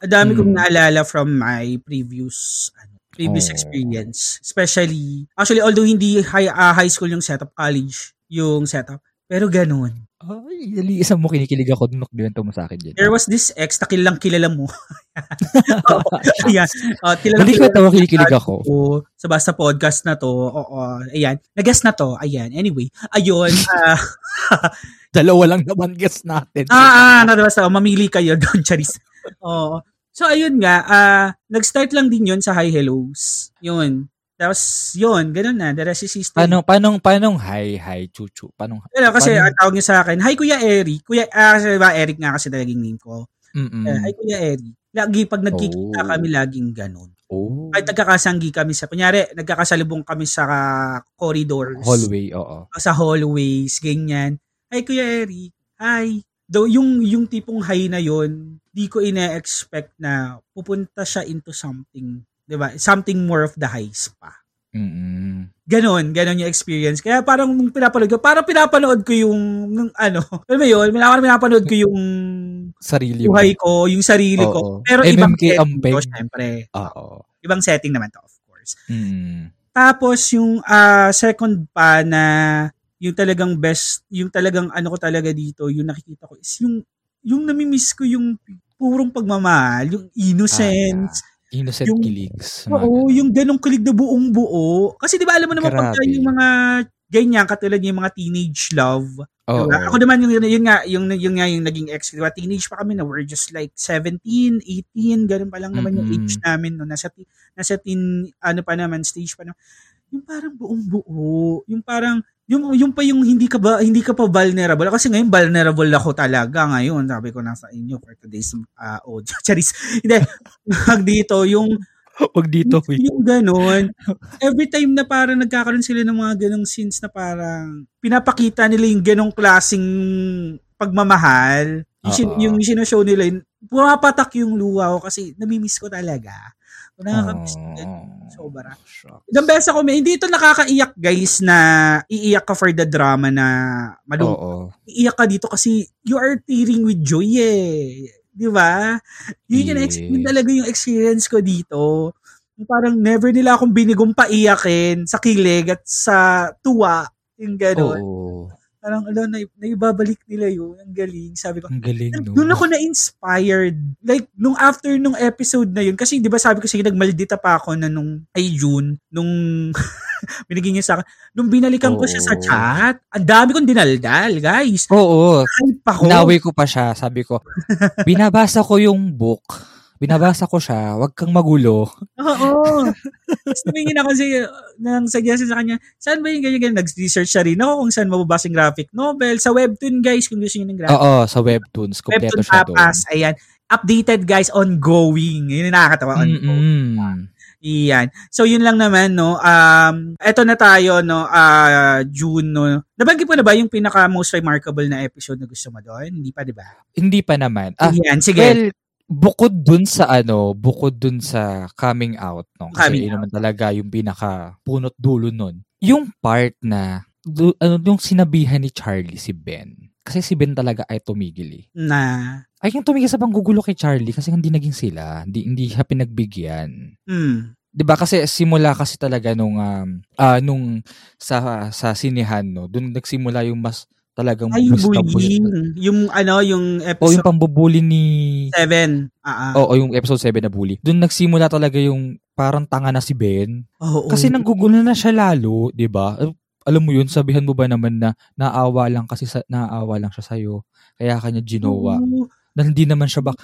[SPEAKER 5] ang dami kong
[SPEAKER 2] Mm.
[SPEAKER 5] naalala from my previous ano, previous
[SPEAKER 2] Oh.
[SPEAKER 5] experience especially actually although hindi high ah, high school yung setup college yung setup pero ganun
[SPEAKER 2] Ay, dali, isang mo kinikilig ako nung nakdiwento mo sa akin dyan. [laughs]
[SPEAKER 5] there was this ex na kilalang kilala mo [laughs] Oo, ayan uh, kilalang
[SPEAKER 2] Hindi ko
[SPEAKER 5] kilala
[SPEAKER 2] ito, kinikilig ako.
[SPEAKER 5] ko sa basta podcast na to oo ayan nagas na to ayan anyway ayun ah
[SPEAKER 2] Dalawa lang naman guess natin.
[SPEAKER 5] Ah, ah, nabasa. ko. Mamili kayo doon, [laughs] Charis. Oo. So, ayun nga. ah, nag-start lang din yun sa Hi Hellos. Yun. Tapos, yun. Ganun na. The rest is history.
[SPEAKER 2] Paano, paano, paano, hi, hi, chuchu. Paano,
[SPEAKER 5] Ano, kasi
[SPEAKER 2] paano-
[SPEAKER 5] ang tawag niya sa akin, Hi Kuya Eric. Kuya, ah, kasi ba, Eric nga kasi talagang name ko.
[SPEAKER 2] Mm-mm.
[SPEAKER 5] Eh, Hi Kuya Eric. Lagi pag nagkikita
[SPEAKER 2] Hmm. Oh.
[SPEAKER 5] kami, laging ganun.
[SPEAKER 2] Oh.
[SPEAKER 5] Kahit nagkakasanggi kami sa, kunyari, nagkakasalubong kami sa ah, corridors.
[SPEAKER 2] Hallway, oo.
[SPEAKER 5] sa hallways, ganyan. Ay, Kuya Eric, hi. Though, yung, yung tipong hi na yon di ko ina-expect na pupunta siya into something, di ba? Something more of the highs pa.
[SPEAKER 2] Mm-mm.
[SPEAKER 5] Ganon, ganon yung experience. Kaya parang nung pinapanood ko, parang pinapanood ko yung, nung ano, [laughs] alam mo yun, parang pinapanood ko yung
[SPEAKER 2] Sarili mo.
[SPEAKER 5] buhay ko, yung sarili ko.
[SPEAKER 2] Oo.
[SPEAKER 5] Pero ibang
[SPEAKER 2] MMK
[SPEAKER 5] setting to,
[SPEAKER 2] Ampeg.
[SPEAKER 5] syempre.
[SPEAKER 2] Oo.
[SPEAKER 5] Ibang setting naman to, of course.
[SPEAKER 2] Mm.
[SPEAKER 5] Tapos yung ah, second pa na yung talagang best, yung talagang ano ko talaga dito, yung nakikita ko is yung yung namimiss ko yung purong pagmamahal, yung innocence.
[SPEAKER 2] Innocent
[SPEAKER 5] Yung-
[SPEAKER 2] kiligs. mga
[SPEAKER 5] Oo,
[SPEAKER 2] ganun.
[SPEAKER 5] yung ganong kilig na buong buo. Kasi di ba alam mo naman pagka
[SPEAKER 2] Grabe.
[SPEAKER 5] yung mga ganyan, katulad yung mga teenage love.
[SPEAKER 2] Oo.
[SPEAKER 5] Diba? Ako naman yung, yun nga, yung, yung nga yung naging ex, diba? Teenage pa kami na we're just like 17, 18, ganun pa lang naman yung
[SPEAKER 2] Mm-mm.
[SPEAKER 5] age namin no. Nasa, teen- nasa teen, ano pa naman, stage pa naman. Yung parang buong buo, yung parang, yung, yung pa yung hindi ka ba, hindi ka pa vulnerable. Kasi ngayon, vulnerable ako talaga ngayon. Sabi ko na sa inyo for today's uh, audio. [laughs] Charis. Hindi. Pag dito, yung,
[SPEAKER 2] Huwag dito. uy.
[SPEAKER 5] yung ganun. Every time na parang nagkakaroon sila ng mga ganong scenes na parang pinapakita nila yung ganong klaseng pagmamahal. Yung, sin-
[SPEAKER 2] Oo.
[SPEAKER 5] yung sinashow nila, yun, pumapatak yung luha ko kasi namimiss ko talaga. Nakakamiss ko ganun. Sobra.
[SPEAKER 2] Shock.
[SPEAKER 5] Ilang beses ako, may- hindi ito nakakaiyak guys na iiyak ka for the drama na malungkot
[SPEAKER 2] Oo.
[SPEAKER 5] iiyak ka dito kasi you are tearing with joy eh. Di ba? Yun, yung ex- yun
[SPEAKER 2] Yes.
[SPEAKER 5] talaga yung experience ko dito. Yung Parang never nila akong binigong paiyakin sa kilig at sa tuwa. Yung gano'n.
[SPEAKER 2] Oo.
[SPEAKER 5] Parang, ala, na, naibabalik nila yun. Ang galing. Sabi ko,
[SPEAKER 2] Ang galing, no?
[SPEAKER 5] doon ako na-inspired. Like, nung after nung episode na yun, kasi di ba sabi ko sa'yo, nagmaldita pa ako na nung, ay June, nung, [laughs] binigyan niya sa akin, nung binalikan ko siya sa
[SPEAKER 4] Oo.
[SPEAKER 5] chat, ang dami kong dinaldal, guys.
[SPEAKER 2] Oo.
[SPEAKER 5] Hype ako.
[SPEAKER 2] Inawi ko pa siya. Sabi ko, binabasa ko yung book. Binabasa ko siya. Huwag kang magulo.
[SPEAKER 5] [laughs] Oo. Tapos tumingin ako sa, ng suggestion sa kanya, saan ba yung ganyan-ganyan? Nag-research siya rin ako kung saan mababasa yung graphic novel. Sa webtoon, guys, kung gusto niyo ng graphic.
[SPEAKER 2] Oo, sa webtoons. Oh, Kompleto
[SPEAKER 5] webtoon
[SPEAKER 2] siya doon.
[SPEAKER 5] tapas. Ayan. Updated, guys, ongoing. Yun yung nakakatawa, ongoing.
[SPEAKER 2] Mm-mm.
[SPEAKER 5] Iyan. So yun lang naman no. Um eto na tayo no ah June no. Nabanggit ko na ba yung pinaka most remarkable na episode na gusto mo doon? Hindi pa 'di ba?
[SPEAKER 2] Hindi pa naman. Ah,
[SPEAKER 5] Iyan, sige.
[SPEAKER 2] Well, bukod dun sa ano, bukod dun sa coming out, no? Kasi
[SPEAKER 5] Coming
[SPEAKER 2] yun naman talaga yung pinaka punot dulo nun. Yung part na, du- ano, yung sinabihan ni Charlie si Ben. Kasi si Ben talaga ay tumigil eh.
[SPEAKER 5] na
[SPEAKER 2] Ay, yung tumigil sa panggugulo kay Charlie kasi hindi naging sila. Hindi, hindi siya pinagbigyan.
[SPEAKER 5] mm,
[SPEAKER 2] 'di ba kasi simula kasi talaga nung um, ah, nung sa sa sinihan no doon nagsimula yung mas talagang
[SPEAKER 5] ay yung
[SPEAKER 2] bulis na bulis
[SPEAKER 5] bullying,
[SPEAKER 2] na-
[SPEAKER 5] yung ano yung
[SPEAKER 2] o Oh, yung
[SPEAKER 5] episode
[SPEAKER 2] pambubuli ni
[SPEAKER 5] 7. Ah. ah.
[SPEAKER 2] o, o yung episode 7 na bully doon nagsimula talaga yung parang tanga na si Ben
[SPEAKER 5] Oo.
[SPEAKER 2] kasi nanggugulo na siya lalo 'di ba Al- alam mo yun sabihan mo ba naman na naawa lang kasi sa, naawa lang siya sa kaya kanya ginawa
[SPEAKER 5] Oo.
[SPEAKER 2] na hindi naman siya bak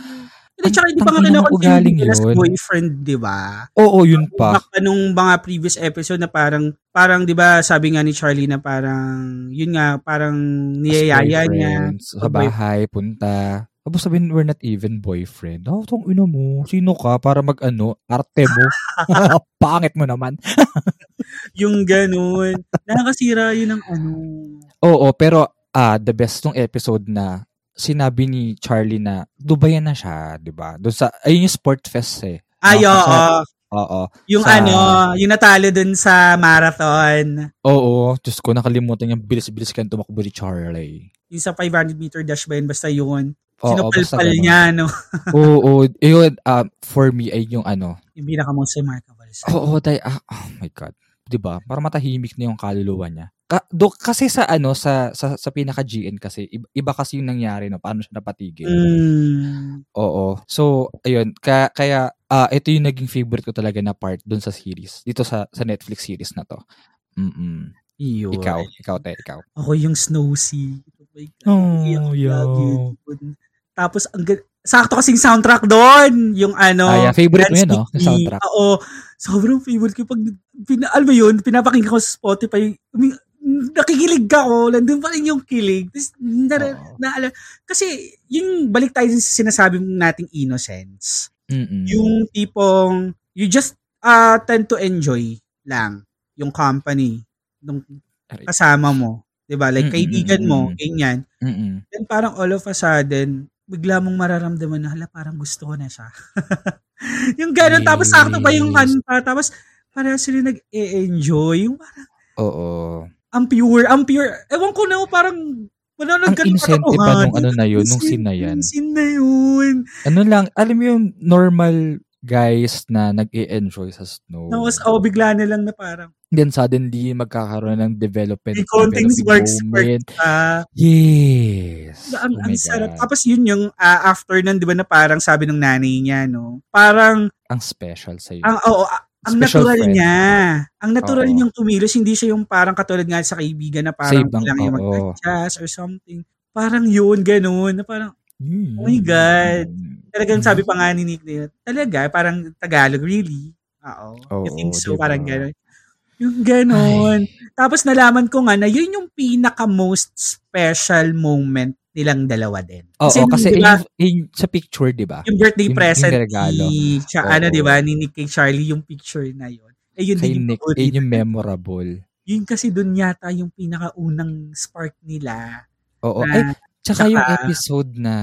[SPEAKER 5] Hindi, tsaka hindi pa
[SPEAKER 2] Ang-
[SPEAKER 5] nga
[SPEAKER 2] ang inang
[SPEAKER 5] kinakonsider
[SPEAKER 2] ugaling
[SPEAKER 5] nila sa
[SPEAKER 2] yun.
[SPEAKER 5] boyfriend, di ba?
[SPEAKER 2] oo yun pa
[SPEAKER 5] Back pa nung mga previous episode na parang, parang di ba sabi nga ni Charlie na parang, yun nga, parang niyayaya niya.
[SPEAKER 2] boyfriends, Sa bahay, punta. Tapos sabihin, we're not even boyfriend. Oh, tong ina mo. Sino ka para mag-ano? Arte [laughs] mo. Pangit mo naman.
[SPEAKER 5] yung
[SPEAKER 2] [laughs]
[SPEAKER 5] ganun. Nakakasira yun ng ano.
[SPEAKER 2] Oo, pero ah the best tong episode na sinabi ni Charlie na Dubayan na siya, di ba? Doon sa, ayun yung sport fest eh.
[SPEAKER 5] Ay,
[SPEAKER 2] Ah,
[SPEAKER 5] oo.
[SPEAKER 2] Oo.
[SPEAKER 5] yung
[SPEAKER 2] sa-
[SPEAKER 5] ano, yung natalo dun sa marathon.
[SPEAKER 2] Oo, Diyos ko, nakalimutan yung bilis-bilis kang tumakbo ni Charlie.
[SPEAKER 5] Yung sa 500 meter dash ba yun? Basta yun.
[SPEAKER 2] Oo, basta
[SPEAKER 5] Sinupalpal
[SPEAKER 2] ganun.
[SPEAKER 5] niya, no? [laughs]
[SPEAKER 2] Oo, yun, ah, for me, ay yung ano,
[SPEAKER 5] Yung pinaka-most remarkable. sa-
[SPEAKER 2] Oo, tay, ah, oh my God. 'Di ba? Para matahimik na yung kaluluwa niya. Ka, do, kasi sa ano sa sa, sa pinaka GN kasi iba, iba kasi yung nangyari no paano siya napatigil.
[SPEAKER 5] Mm.
[SPEAKER 2] Oo. So, ayun, ka, kaya ah ito yung naging favorite ko talaga na part doon sa series. Dito sa sa Netflix series na to. Mm.
[SPEAKER 5] Yun.
[SPEAKER 2] Ikaw, ikaw tay, ikaw.
[SPEAKER 5] Ako yung snow sea. Oh my God.
[SPEAKER 2] Oh,
[SPEAKER 5] Iyak
[SPEAKER 2] yo.
[SPEAKER 5] lagi doon. Tapos, ang gan- sakto kasing soundtrack doon. Yung ano.
[SPEAKER 2] Ay, ah, favorite mo
[SPEAKER 5] Dance
[SPEAKER 2] yun, no?
[SPEAKER 5] with
[SPEAKER 2] Yung
[SPEAKER 5] Me.
[SPEAKER 2] soundtrack.
[SPEAKER 5] Oo. Sobrang favorite ko. Pag, pina, alam mo yun, pinapakinggan ko sa Spotify, umi- nakikilig ako, nandun pa rin yung kilig. Tapos, na,
[SPEAKER 2] Oo.
[SPEAKER 5] naala, kasi, yung balik tayo sa sinasabi nating innocence,
[SPEAKER 2] Mm.
[SPEAKER 5] yung tipong, you just uh, tend to enjoy lang yung company ng
[SPEAKER 2] Aray.
[SPEAKER 5] kasama mo. 'Di ba Like,
[SPEAKER 2] Mm, mm,
[SPEAKER 5] kaibigan
[SPEAKER 2] mm,
[SPEAKER 5] mo,
[SPEAKER 2] mm.
[SPEAKER 5] ganyan.
[SPEAKER 2] Mm.
[SPEAKER 5] Then parang all of a sudden, bigla mong mararamdaman na hala parang gusto ko na siya. [laughs] yung ganun, tapos sakto pa yung
[SPEAKER 2] Yes.
[SPEAKER 5] kanta, tapos parang sila nag-e-enjoy. Yung parang,
[SPEAKER 2] Oo.
[SPEAKER 5] ang pure, ang pure. Ewan ko na, parang manonood
[SPEAKER 2] Ang
[SPEAKER 5] ka ng
[SPEAKER 2] incentive
[SPEAKER 5] katotohanan.
[SPEAKER 2] pa nung ano na yun,
[SPEAKER 5] Yung
[SPEAKER 2] nung scene na
[SPEAKER 5] yung
[SPEAKER 2] yan.
[SPEAKER 5] scene na yun.
[SPEAKER 2] Ano lang, alam mo yung normal guys na nag enjoy sa snow.
[SPEAKER 5] Tapos, oh, bigla na lang na parang,
[SPEAKER 2] Then suddenly, magkakaroon ng development.
[SPEAKER 5] May konting
[SPEAKER 2] developing
[SPEAKER 5] sparks,
[SPEAKER 2] moment.
[SPEAKER 5] ah,
[SPEAKER 2] Yes.
[SPEAKER 5] ang,
[SPEAKER 2] Oh
[SPEAKER 5] ang
[SPEAKER 2] my
[SPEAKER 5] sarap.
[SPEAKER 2] God.
[SPEAKER 5] Tapos yun yung ah, after nun, di ba na parang sabi ng nanay niya, no? Parang,
[SPEAKER 2] Ang special sa'yo.
[SPEAKER 5] Ang oh oo, a- ang
[SPEAKER 2] Special
[SPEAKER 5] natural
[SPEAKER 2] friend.
[SPEAKER 5] niya. Ang natural
[SPEAKER 2] Oo.
[SPEAKER 5] niyang tumilos, hindi siya yung parang katulad nga sa kaibigan na parang
[SPEAKER 2] Sa ibang-
[SPEAKER 5] kailangan niya
[SPEAKER 2] oo.
[SPEAKER 5] mag-adjust or something. Parang yun, ganun. Na parang,
[SPEAKER 2] Mm.
[SPEAKER 5] oh my God. talagang
[SPEAKER 2] Mhm.
[SPEAKER 5] sabi pa nga ni Nick na yun, talaga, parang Tagalog, really? Oo. you
[SPEAKER 2] Oo,
[SPEAKER 5] think so?
[SPEAKER 2] diba?
[SPEAKER 5] Parang ganun. Yung ganun. Tapos nalaman ko nga na yun yung pinaka-most special moment nilang dalawa din.
[SPEAKER 2] Oo, kasi,
[SPEAKER 5] nung, di ba,
[SPEAKER 2] yung- yung sa picture, di ba?
[SPEAKER 5] yung birthday
[SPEAKER 2] Yung-
[SPEAKER 5] present
[SPEAKER 2] yung regalo.
[SPEAKER 5] ni siya,
[SPEAKER 2] Oo.
[SPEAKER 5] ano, di ba, ni Nick kay Charlie, yung picture na yun. Eh, yun din
[SPEAKER 2] Kay
[SPEAKER 5] yung
[SPEAKER 2] Nick,
[SPEAKER 5] paborito.
[SPEAKER 2] yun yung memorable.
[SPEAKER 5] Yun kasi dun yata yung pinakaunang spark nila.
[SPEAKER 2] Oo.
[SPEAKER 5] Na-
[SPEAKER 2] Oh, Ay, tsaka yung
[SPEAKER 5] Ah, Tsaka-
[SPEAKER 2] episode na,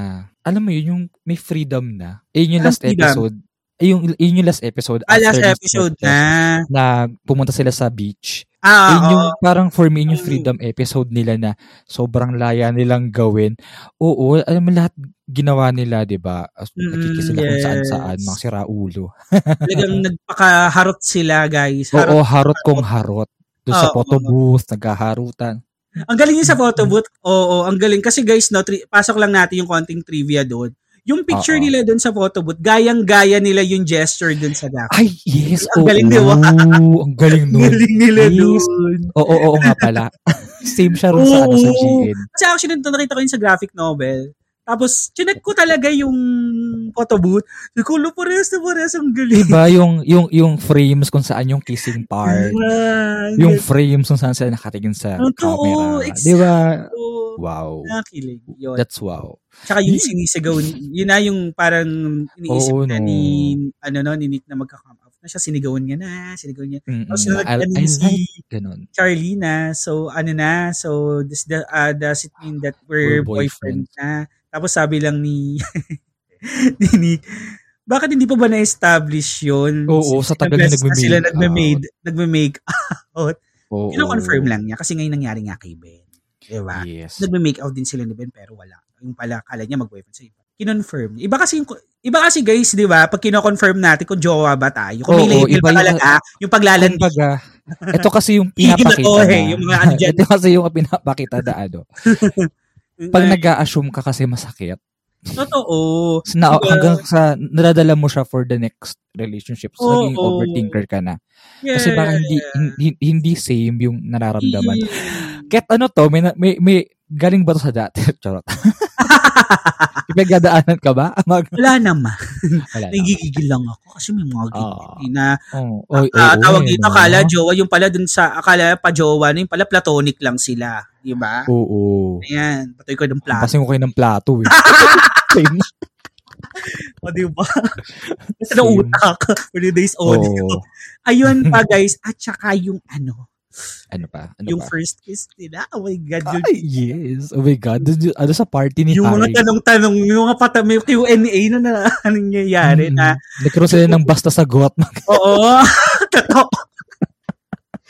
[SPEAKER 2] alam mo yun, yung may freedom na. Eh, yun yung
[SPEAKER 5] Anong
[SPEAKER 2] last
[SPEAKER 5] Ah, freedom?
[SPEAKER 2] episode. Eh, yung, yun yung last episode.
[SPEAKER 5] Ah, last
[SPEAKER 2] after ng
[SPEAKER 5] episode na.
[SPEAKER 2] protest Na pumunta sila sa beach.
[SPEAKER 5] Ah,
[SPEAKER 2] Yun
[SPEAKER 5] oo.
[SPEAKER 2] yung parang for me, yun yung
[SPEAKER 5] Mm.
[SPEAKER 2] freedom episode nila na sobrang laya nilang gawin. Oo, alam mo lahat ginawa nila, di ba? As-
[SPEAKER 5] Mm,
[SPEAKER 2] Nakikisila kung saan-saan,
[SPEAKER 5] yes.
[SPEAKER 2] mga siraulo. [laughs]
[SPEAKER 5] Talagang nagpakaharot sila, guys. Harot.
[SPEAKER 2] Oo,
[SPEAKER 5] [laughs]
[SPEAKER 2] harot kong harot. Doon sa
[SPEAKER 5] Oo.
[SPEAKER 2] photo booth, naghaharutan.
[SPEAKER 5] Ang galing yun sa photo booth. Oo, ang galing. Kasi guys, no, tri- pasok lang natin yung konting trivia doon. Yung picture
[SPEAKER 2] Oo.
[SPEAKER 5] nila doon sa photo booth, gayang-gaya nila yung gesture doon sa gap.
[SPEAKER 2] Ay, yes.
[SPEAKER 5] Ang
[SPEAKER 2] oo.
[SPEAKER 5] galing, di ba?
[SPEAKER 2] Ang galing
[SPEAKER 5] [laughs] Ang
[SPEAKER 2] nun.
[SPEAKER 5] galing nila
[SPEAKER 2] Yes.
[SPEAKER 5] doon.
[SPEAKER 2] Oo, oo, oo nga pala. Same siya rin sa, ano, sa
[SPEAKER 5] Oo.
[SPEAKER 2] GN.
[SPEAKER 5] Kasi actually, nung nakita ko yun sa graphic novel, tapos, chinek ko talaga yung photo booth. Sabi ko, "Lo, parehas na parehas. Ang galing.
[SPEAKER 2] Diba yung, yung, yung frames kung saan yung kissing part.
[SPEAKER 5] Man,
[SPEAKER 2] Yung frames kung saan sila nakatingin sa
[SPEAKER 5] Totoo, Ah,
[SPEAKER 2] camera.
[SPEAKER 5] exact-
[SPEAKER 2] Di ba?
[SPEAKER 5] Oo.
[SPEAKER 2] Wow.
[SPEAKER 5] Nakakilig. Yun.
[SPEAKER 2] That's wow.
[SPEAKER 5] Tsaka yung sinisigaw, ni- yun na yung parang iniisip
[SPEAKER 2] Oo,
[SPEAKER 5] na
[SPEAKER 2] no.
[SPEAKER 5] ni, ano no, ni Nick na magka-come out na siya, sinigawan niya na, sinigawan niya.
[SPEAKER 2] Mm-mm.
[SPEAKER 5] Tapos mm,
[SPEAKER 2] I, I
[SPEAKER 5] si
[SPEAKER 2] like ganun.
[SPEAKER 5] Charlie na, so ano na, so does, the, ah, does it mean that we're,
[SPEAKER 2] We're boyfriend.
[SPEAKER 5] boyfriend. na? Tapos sabi lang ni, [laughs] ni Nick, bakit hindi pa ba na-establish yun?
[SPEAKER 2] Oo, sa tagal na
[SPEAKER 5] nag-bless
[SPEAKER 2] nagme-make
[SPEAKER 5] sila
[SPEAKER 2] out.
[SPEAKER 5] nagme-made, nagme-make ah, out.
[SPEAKER 2] Oo.
[SPEAKER 5] Kino-confirm lang niya kasi ngayon nangyari nga kay Ben. Diba?
[SPEAKER 2] Yes.
[SPEAKER 5] nagme-make out din sila ni Ben pero wala. Yung pala, kala niya mag-boyfriend sa iba. Kinonfirm. Iba kasi, yung, iba kasi guys, di ba, pag kinoconfirm natin kung jowa ba tayo, kung may
[SPEAKER 2] Oo,
[SPEAKER 5] label
[SPEAKER 2] iba
[SPEAKER 5] pa
[SPEAKER 2] yung-
[SPEAKER 5] talaga, yung paglalandi. [laughs]
[SPEAKER 2] Kumbaga, ito kasi yung
[SPEAKER 5] Igil na
[SPEAKER 2] pinapakita
[SPEAKER 5] to, eh,
[SPEAKER 2] na-
[SPEAKER 5] yung mga ano
[SPEAKER 2] [laughs]
[SPEAKER 5] dyan.
[SPEAKER 2] ito kasi yung pinapakita na ano. Pag nag-a-assume ka kasi masakit,
[SPEAKER 5] Totoo.
[SPEAKER 2] so na,
[SPEAKER 5] Diba?
[SPEAKER 2] hanggang sa naradala mo siya for the next relationship. So, naging
[SPEAKER 5] Oo.
[SPEAKER 2] overthinker ka na.
[SPEAKER 5] Yeah.
[SPEAKER 2] Kasi
[SPEAKER 5] Mm.
[SPEAKER 2] baka hindi, hin- hindi same yung nararamdaman
[SPEAKER 5] [laughs] Yeah.
[SPEAKER 2] Get ano to, may, na- may, may galing ba to sa dati? [laughs]
[SPEAKER 5] [laughs]
[SPEAKER 2] Charot. may gadaanan ka ba? [laughs] Mag,
[SPEAKER 5] Wala naman.
[SPEAKER 2] wala na.
[SPEAKER 5] Nagigigil lang ako kasi may mga
[SPEAKER 2] Oo.
[SPEAKER 5] gigil na
[SPEAKER 2] Oh, oy, oy,
[SPEAKER 5] ah,
[SPEAKER 2] oy,
[SPEAKER 5] tawag dito,
[SPEAKER 2] no?
[SPEAKER 5] akala jowa, yung pala dun sa, akala pa jowa, na yung pala platonic lang sila. Di ba?
[SPEAKER 2] Oo.
[SPEAKER 5] Ayan, patuloy ko ng plato.
[SPEAKER 2] Kasi ko kayo ng plato
[SPEAKER 5] [laughs]
[SPEAKER 2] eh. Same.
[SPEAKER 5] O, di [laughs] ba? Sa na utak. For today's audio.
[SPEAKER 2] Oo.
[SPEAKER 5] Ayun
[SPEAKER 2] [laughs]
[SPEAKER 5] pa guys, at saka yung ano,
[SPEAKER 2] Ano pa? Ano
[SPEAKER 5] yung
[SPEAKER 2] pa?
[SPEAKER 5] first kiss nila. Oh my God, yun.
[SPEAKER 2] Ay, yes. Oh my God. Dun yun- Ano sa party ni
[SPEAKER 5] yung mga
[SPEAKER 2] Tari?
[SPEAKER 5] tanong-tanong, yung mga pata, may Q&A na, [laughs] na ano nangyayari
[SPEAKER 2] Mm.
[SPEAKER 5] na,
[SPEAKER 2] Nagkaroon sila ng [laughs] basta sagot.
[SPEAKER 5] oo, [laughs] totoo.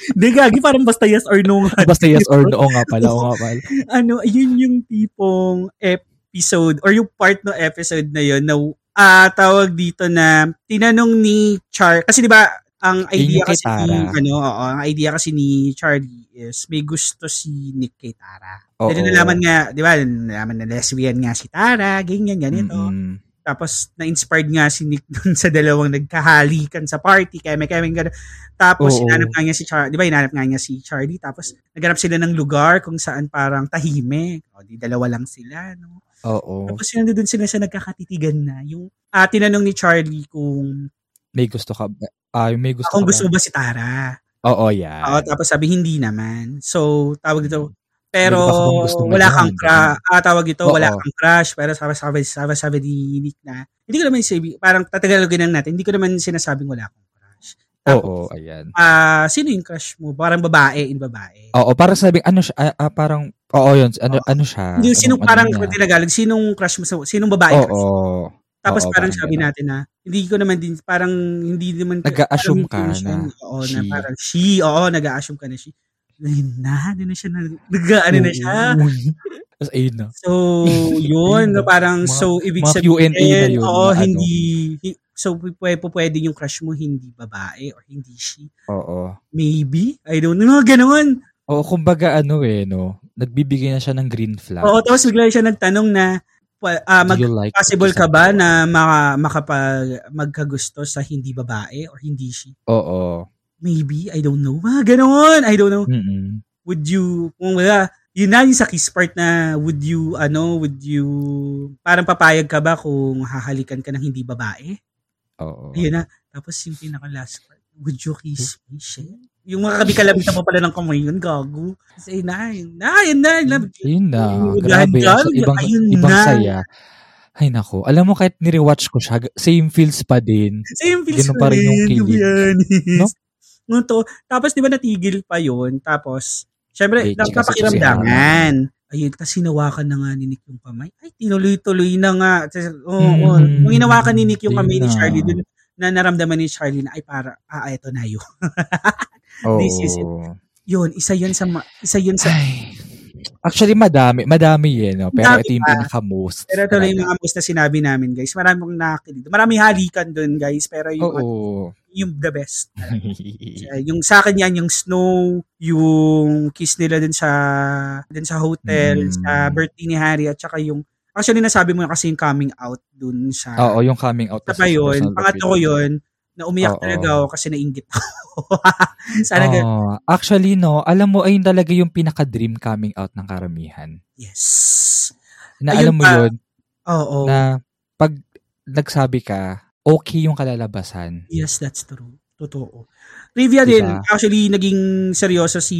[SPEAKER 5] Hindi, gagi, parang basta yes or no. nga.
[SPEAKER 2] basta yes or no. Oo nga pala. Oo nga pala.
[SPEAKER 5] Ano, yun yung tipong episode or yung part no episode na yun na ah, tawag dito na tinanong ni Char, kasi di ba, ang idea
[SPEAKER 2] Yun yung kay
[SPEAKER 5] kasi ni,
[SPEAKER 2] Tara.
[SPEAKER 5] ano, oo, ang idea kasi ni Charlie is may gusto si Nick kay Tara.
[SPEAKER 2] Oo.
[SPEAKER 5] Dahil nalaman nga, di ba, nalaman na lesbian nga si Tara, ganyan, ganito.
[SPEAKER 2] Mm-mm.
[SPEAKER 5] Tapos, na-inspired nga si Nick [laughs] dun sa dalawang nagkahalikan sa party, keme, keme, gano'n. Tapos,
[SPEAKER 2] Oo.
[SPEAKER 5] hinanap nga niya si Charlie, di ba, hinanap nga niya si Charlie. Tapos, naghanap sila ng lugar kung saan parang tahimik. O, di dalawa lang sila, no?
[SPEAKER 2] Oo.
[SPEAKER 5] Tapos, yun, doon sila sa nagkakatitigan na. Yung, ah, tinanong ni Charlie kung,
[SPEAKER 2] May gusto ka ba? Ay, may gusto
[SPEAKER 5] ah, kung
[SPEAKER 2] ka ba?
[SPEAKER 5] gusto mo ba si Tara?
[SPEAKER 2] Oo, yeah.
[SPEAKER 5] Oo, Ah, tapos sabi, hindi naman. So, tawag ito,
[SPEAKER 2] Meron
[SPEAKER 5] Pero
[SPEAKER 2] pa ka bang gustong
[SPEAKER 5] wala
[SPEAKER 2] ganyan?
[SPEAKER 5] kang crush. Ah, tawag ito,
[SPEAKER 2] Oo.
[SPEAKER 5] wala kang crush. Pero sabi, sabi, sabi, sabi ni Nick na, hindi ko naman sabi, parang tatagalogin lang natin, hindi ko naman sinasabing wala akong crush.
[SPEAKER 2] Oo, ayan.
[SPEAKER 5] Ah, sino yung crush mo? Parang babae, in babae.
[SPEAKER 2] Oo, parang sabing, ano siya, ah, ah, parang, oo yun, ano, ano siya.
[SPEAKER 5] Hindi, sino
[SPEAKER 2] anong- ano
[SPEAKER 5] parang
[SPEAKER 2] niya?
[SPEAKER 5] kung tinagalog, sinong crush mo sa, sinong babae
[SPEAKER 2] Oo,
[SPEAKER 5] crush mo? Tapos
[SPEAKER 2] oo,
[SPEAKER 5] parang
[SPEAKER 2] parang
[SPEAKER 5] sabi
[SPEAKER 2] ganun.
[SPEAKER 5] natin na, hindi ko naman din, parang hindi naman.
[SPEAKER 2] Nag-a-assume
[SPEAKER 5] parang
[SPEAKER 2] ka
[SPEAKER 5] hindi
[SPEAKER 2] na
[SPEAKER 5] Oo, na
[SPEAKER 2] she.
[SPEAKER 5] parang she. Oo, nag-a-assume ka na she. Ayun na, hindi na siya, nag- nag-ano Ano na siya.
[SPEAKER 2] Uy. [laughs] Tapos ayun
[SPEAKER 5] [laughs]
[SPEAKER 2] na.
[SPEAKER 5] So, yun, no, parang
[SPEAKER 2] Mga-
[SPEAKER 5] so ibig
[SPEAKER 2] mga
[SPEAKER 5] sabihin,
[SPEAKER 2] Q&A na yun,
[SPEAKER 5] oo,
[SPEAKER 2] mga ano.
[SPEAKER 5] hindi, hi- so pwede, pwede yung crush mo hindi babae or hindi she.
[SPEAKER 2] Oo.
[SPEAKER 5] Maybe, I don't know, ganun.
[SPEAKER 2] Oo, kumbaga ano eh, no? Nagbibigay na siya ng green flag.
[SPEAKER 5] Oo, tapos bigla siya nagtanong na, pa- ah, mag-
[SPEAKER 2] Do you like
[SPEAKER 5] possible
[SPEAKER 2] this
[SPEAKER 5] ka ba
[SPEAKER 2] one?
[SPEAKER 5] na maka, makapag, magkagusto sa hindi babae or hindi she?
[SPEAKER 2] Oo.
[SPEAKER 5] Maybe, I don't know. Ah, ganun, I don't know.
[SPEAKER 2] Mm-mm.
[SPEAKER 5] would you, kung wala, yun na yung sa kiss part na would you, ano, would you, parang papayag ka ba kung hahalikan ka ng hindi babae?
[SPEAKER 2] Oo.
[SPEAKER 5] Ayun na. Tapos yung pinaka last part, would you kiss me, shit? Yung mga kabikalabitan mo pala ng kamay yun, gago. Say, na, yun na, yun na, yun na.
[SPEAKER 2] Ayun na.
[SPEAKER 5] Ayun,
[SPEAKER 2] Grabe.
[SPEAKER 5] dyan,
[SPEAKER 2] So, ibang,
[SPEAKER 5] ayun
[SPEAKER 2] ibang
[SPEAKER 5] na.
[SPEAKER 2] saya. Ay nako. Alam mo kahit nirewatch ko siya, same feels pa din.
[SPEAKER 5] Same feels
[SPEAKER 2] Ganun
[SPEAKER 5] ko
[SPEAKER 2] pa rin yung
[SPEAKER 5] to be
[SPEAKER 2] kilig.
[SPEAKER 5] honest. [laughs]
[SPEAKER 2] No?
[SPEAKER 5] No, to. Tapos, di ba natigil pa yun? Tapos, syempre,
[SPEAKER 2] Wait, kasi-
[SPEAKER 5] nagpapakiramdaman. Ayun, kasi hinawakan na nga ni Nick yung kamay. Ay, tinuloy-tuloy na nga. Tas- Oo, oh,
[SPEAKER 2] Mm,
[SPEAKER 5] Nung hinawakan ni Nick yung
[SPEAKER 2] yun
[SPEAKER 5] kamay ni
[SPEAKER 2] na.
[SPEAKER 5] Charlie, dun, na naramdaman ni Charlie na, ay, para, ah, eto na yun.
[SPEAKER 2] Oo.
[SPEAKER 5] This is it. Yun, isa yun sa, ma- isa yun
[SPEAKER 2] [laughs]
[SPEAKER 5] sa,
[SPEAKER 2] Ay. Actually, madami. Madami eh, no? Pero
[SPEAKER 5] Dami
[SPEAKER 2] ito yung
[SPEAKER 5] pa.
[SPEAKER 2] pinaka-most.
[SPEAKER 5] pero [laughs] tuloy yung mga post na sinabi namin, guys. Maraming nakakilig. Maraming halikan dun, guys. Pero yung,
[SPEAKER 2] Oo.
[SPEAKER 5] yung the best. Uh, yung sa akin yan, yung snow, yung kiss nila dun sa, dun sa hotel,
[SPEAKER 2] Mm.
[SPEAKER 5] sa birthday ni Harry, at saka yung, actually nasabi mo na kasi yung coming out dun sa,
[SPEAKER 2] Oo, yung coming out.
[SPEAKER 5] Isa pa
[SPEAKER 2] kasi sa
[SPEAKER 5] yun.
[SPEAKER 2] personal
[SPEAKER 5] Pangatlo ko
[SPEAKER 2] opinion.
[SPEAKER 5] yun, na umiyak
[SPEAKER 2] Oo.
[SPEAKER 5] talaga ako kasi nainggit ako. [laughs] Sana ganun.
[SPEAKER 2] Oo. actually, no, alam mo, ayun talaga yung pinaka-dream coming out ng karamihan.
[SPEAKER 5] Yes.
[SPEAKER 2] Na
[SPEAKER 5] Ayun
[SPEAKER 2] alam mo
[SPEAKER 5] pa.
[SPEAKER 2] yun,
[SPEAKER 5] Oo.
[SPEAKER 2] na pag nagsabi ka, okay yung kalalabasan.
[SPEAKER 5] Yes, that's true. Totoo. Trivia
[SPEAKER 2] Diba?
[SPEAKER 5] din. Actually, naging seryoso si,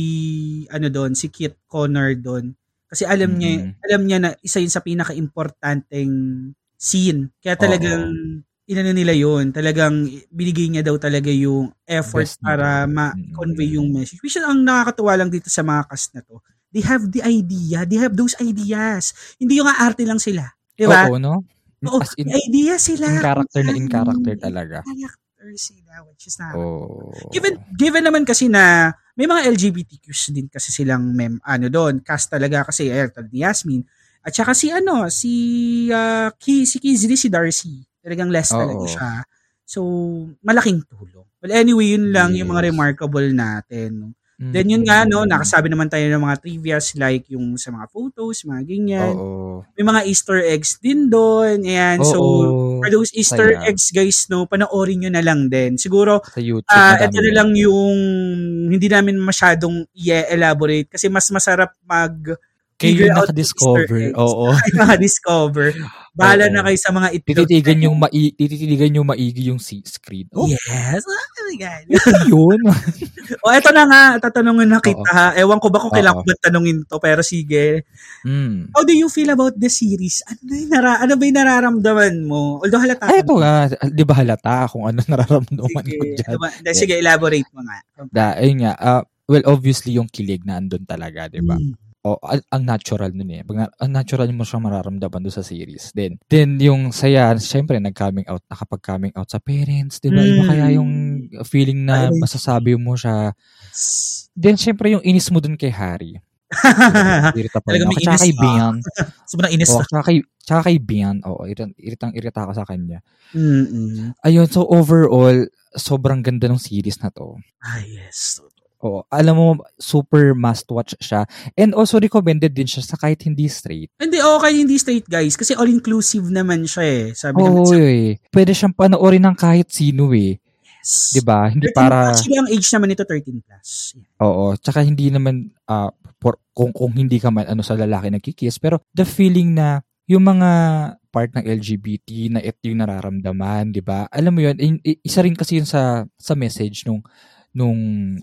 [SPEAKER 5] ano doon, si Kit Connor doon. Kasi alam niya,
[SPEAKER 2] Mhm.
[SPEAKER 5] alam niya na isa yun sa pinaka-importanteng scene. Kaya talagang, inano nila yun. Talagang binigay niya daw talaga yung effort
[SPEAKER 2] Best niya
[SPEAKER 5] para
[SPEAKER 2] daw.
[SPEAKER 5] ma-convey
[SPEAKER 2] Mhm.
[SPEAKER 5] yung message. Which is ang nakakatuwa lang dito sa mga cast na to. They have the idea. They have those ideas. Hindi yung aarte lang sila. Diba?
[SPEAKER 2] Oo, no?
[SPEAKER 5] Oo,
[SPEAKER 2] As in,
[SPEAKER 5] may idea sila.
[SPEAKER 2] in character na in
[SPEAKER 5] Kung
[SPEAKER 2] character
[SPEAKER 5] saan,
[SPEAKER 2] talaga.
[SPEAKER 5] in Character sila, which is na.
[SPEAKER 2] Oh.
[SPEAKER 5] Given, given naman kasi na may mga LGBTQs din kasi silang mem, ano doon, cast talaga kasi, eh, tulad ni Yasmin. At saka si ano, si, ah, Ki, si Kizli, si Darcy. Talagang less
[SPEAKER 2] Oo.
[SPEAKER 5] talaga siya. So, malaking tulong. Well, anyway, yun lang yung mga
[SPEAKER 2] Yes. Mm-hmm.
[SPEAKER 5] remarkable natin.
[SPEAKER 2] Mm,
[SPEAKER 5] Then yun nga, no, nakasabi naman tayo ng mga trivias like yung sa mga photos, mga ganyan.
[SPEAKER 2] Oo.
[SPEAKER 5] May mga Easter eggs din doon. Ayan, so,
[SPEAKER 2] Oo.
[SPEAKER 5] for those Easter
[SPEAKER 2] Sayang.
[SPEAKER 5] eggs guys no panoorin nyo na lang din siguro
[SPEAKER 2] Sa YouTube.
[SPEAKER 5] ah
[SPEAKER 2] madami
[SPEAKER 5] ito na
[SPEAKER 2] yan.
[SPEAKER 5] lang yung hindi namin masyadong i-elaborate kasi mas masarap mag [laughs]
[SPEAKER 2] Kayo
[SPEAKER 5] figure
[SPEAKER 2] yung
[SPEAKER 5] out
[SPEAKER 2] nakadiscover.
[SPEAKER 5] Easter eggs. [laughs]
[SPEAKER 2] Oo.
[SPEAKER 5] discover bahala
[SPEAKER 2] Oo.
[SPEAKER 5] na kayo sa mga itlog
[SPEAKER 2] Tititigan yung, mai- tititigan yung maigi yung si- screen. Oh,
[SPEAKER 5] Yes. Oh my God. [laughs]
[SPEAKER 2] yun.
[SPEAKER 5] o, eto na nga. Tatanungin na kita
[SPEAKER 2] Oo.
[SPEAKER 5] ha. Ewan ko ba kung kailangan
[SPEAKER 2] Oo.
[SPEAKER 5] ko ba tanungin to. Pero sige.
[SPEAKER 2] mm.
[SPEAKER 5] How do you feel about the series? Ano ba yung, nara- ano ba yung nararamdaman mo? Although halata.
[SPEAKER 2] Ay, ito nga, di ba halata kung ano [laughs] nararamdaman ko
[SPEAKER 5] Sige,
[SPEAKER 2] dyan?
[SPEAKER 5] ano ba- sige, elaborate mo nga.
[SPEAKER 2] Da, ayun nga, ah, well, obviously yung kilig na andun talaga, di ba?
[SPEAKER 5] Mm.
[SPEAKER 2] O, ang, ang natural nun eh. Pag na- ang natural mo siyang mararamdaman doon sa series. Then, then yung saya, syempre, nag-coming out, nakapag-coming out sa parents, di ba? Iba
[SPEAKER 5] Mm.
[SPEAKER 2] kaya yung feeling na
[SPEAKER 5] Ay,
[SPEAKER 2] masasabi mo siya. Then, syempre, yung inis mo dun kay
[SPEAKER 5] [laughs]
[SPEAKER 2] Harry. Irita pa
[SPEAKER 5] Talaga
[SPEAKER 2] rin ako.
[SPEAKER 5] may
[SPEAKER 2] Tsaka
[SPEAKER 5] inis
[SPEAKER 2] kay
[SPEAKER 5] ka. [laughs]
[SPEAKER 2] Bian.
[SPEAKER 5] [laughs] Sobrang inis
[SPEAKER 2] O,
[SPEAKER 5] na.
[SPEAKER 2] tsaka kay, tsaka kay Bian. Oo, irit- iritang-irita ako sa kanya.
[SPEAKER 5] Mm-mm.
[SPEAKER 2] Ayun, so overall, sobrang ganda ng series na to.
[SPEAKER 5] Ah, yes.
[SPEAKER 2] Oo, alam mo, super must watch siya. And also recommended din siya sa kahit hindi straight.
[SPEAKER 5] Hindi, okay, hindi straight guys. Kasi all-inclusive naman siya eh. Sabi naman
[SPEAKER 2] Oo,
[SPEAKER 5] sa
[SPEAKER 2] eh. Pwede siyang panoorin ng kahit sino eh.
[SPEAKER 5] yes.
[SPEAKER 2] 'Di ba Hindi
[SPEAKER 5] 13
[SPEAKER 2] para,
[SPEAKER 5] Actually, ang age naman nito 13 plus. Yeah.
[SPEAKER 2] oo, tsaka hindi naman, ah, for, kung, kung hindi ka man ano, sa lalaki nagkikiss, pero the feeling na yung mga part ng LGBT na ito yung nararamdaman, 'di ba Alam mo yun, in- i- isa rin kasi yun sa, sa message nung, nung,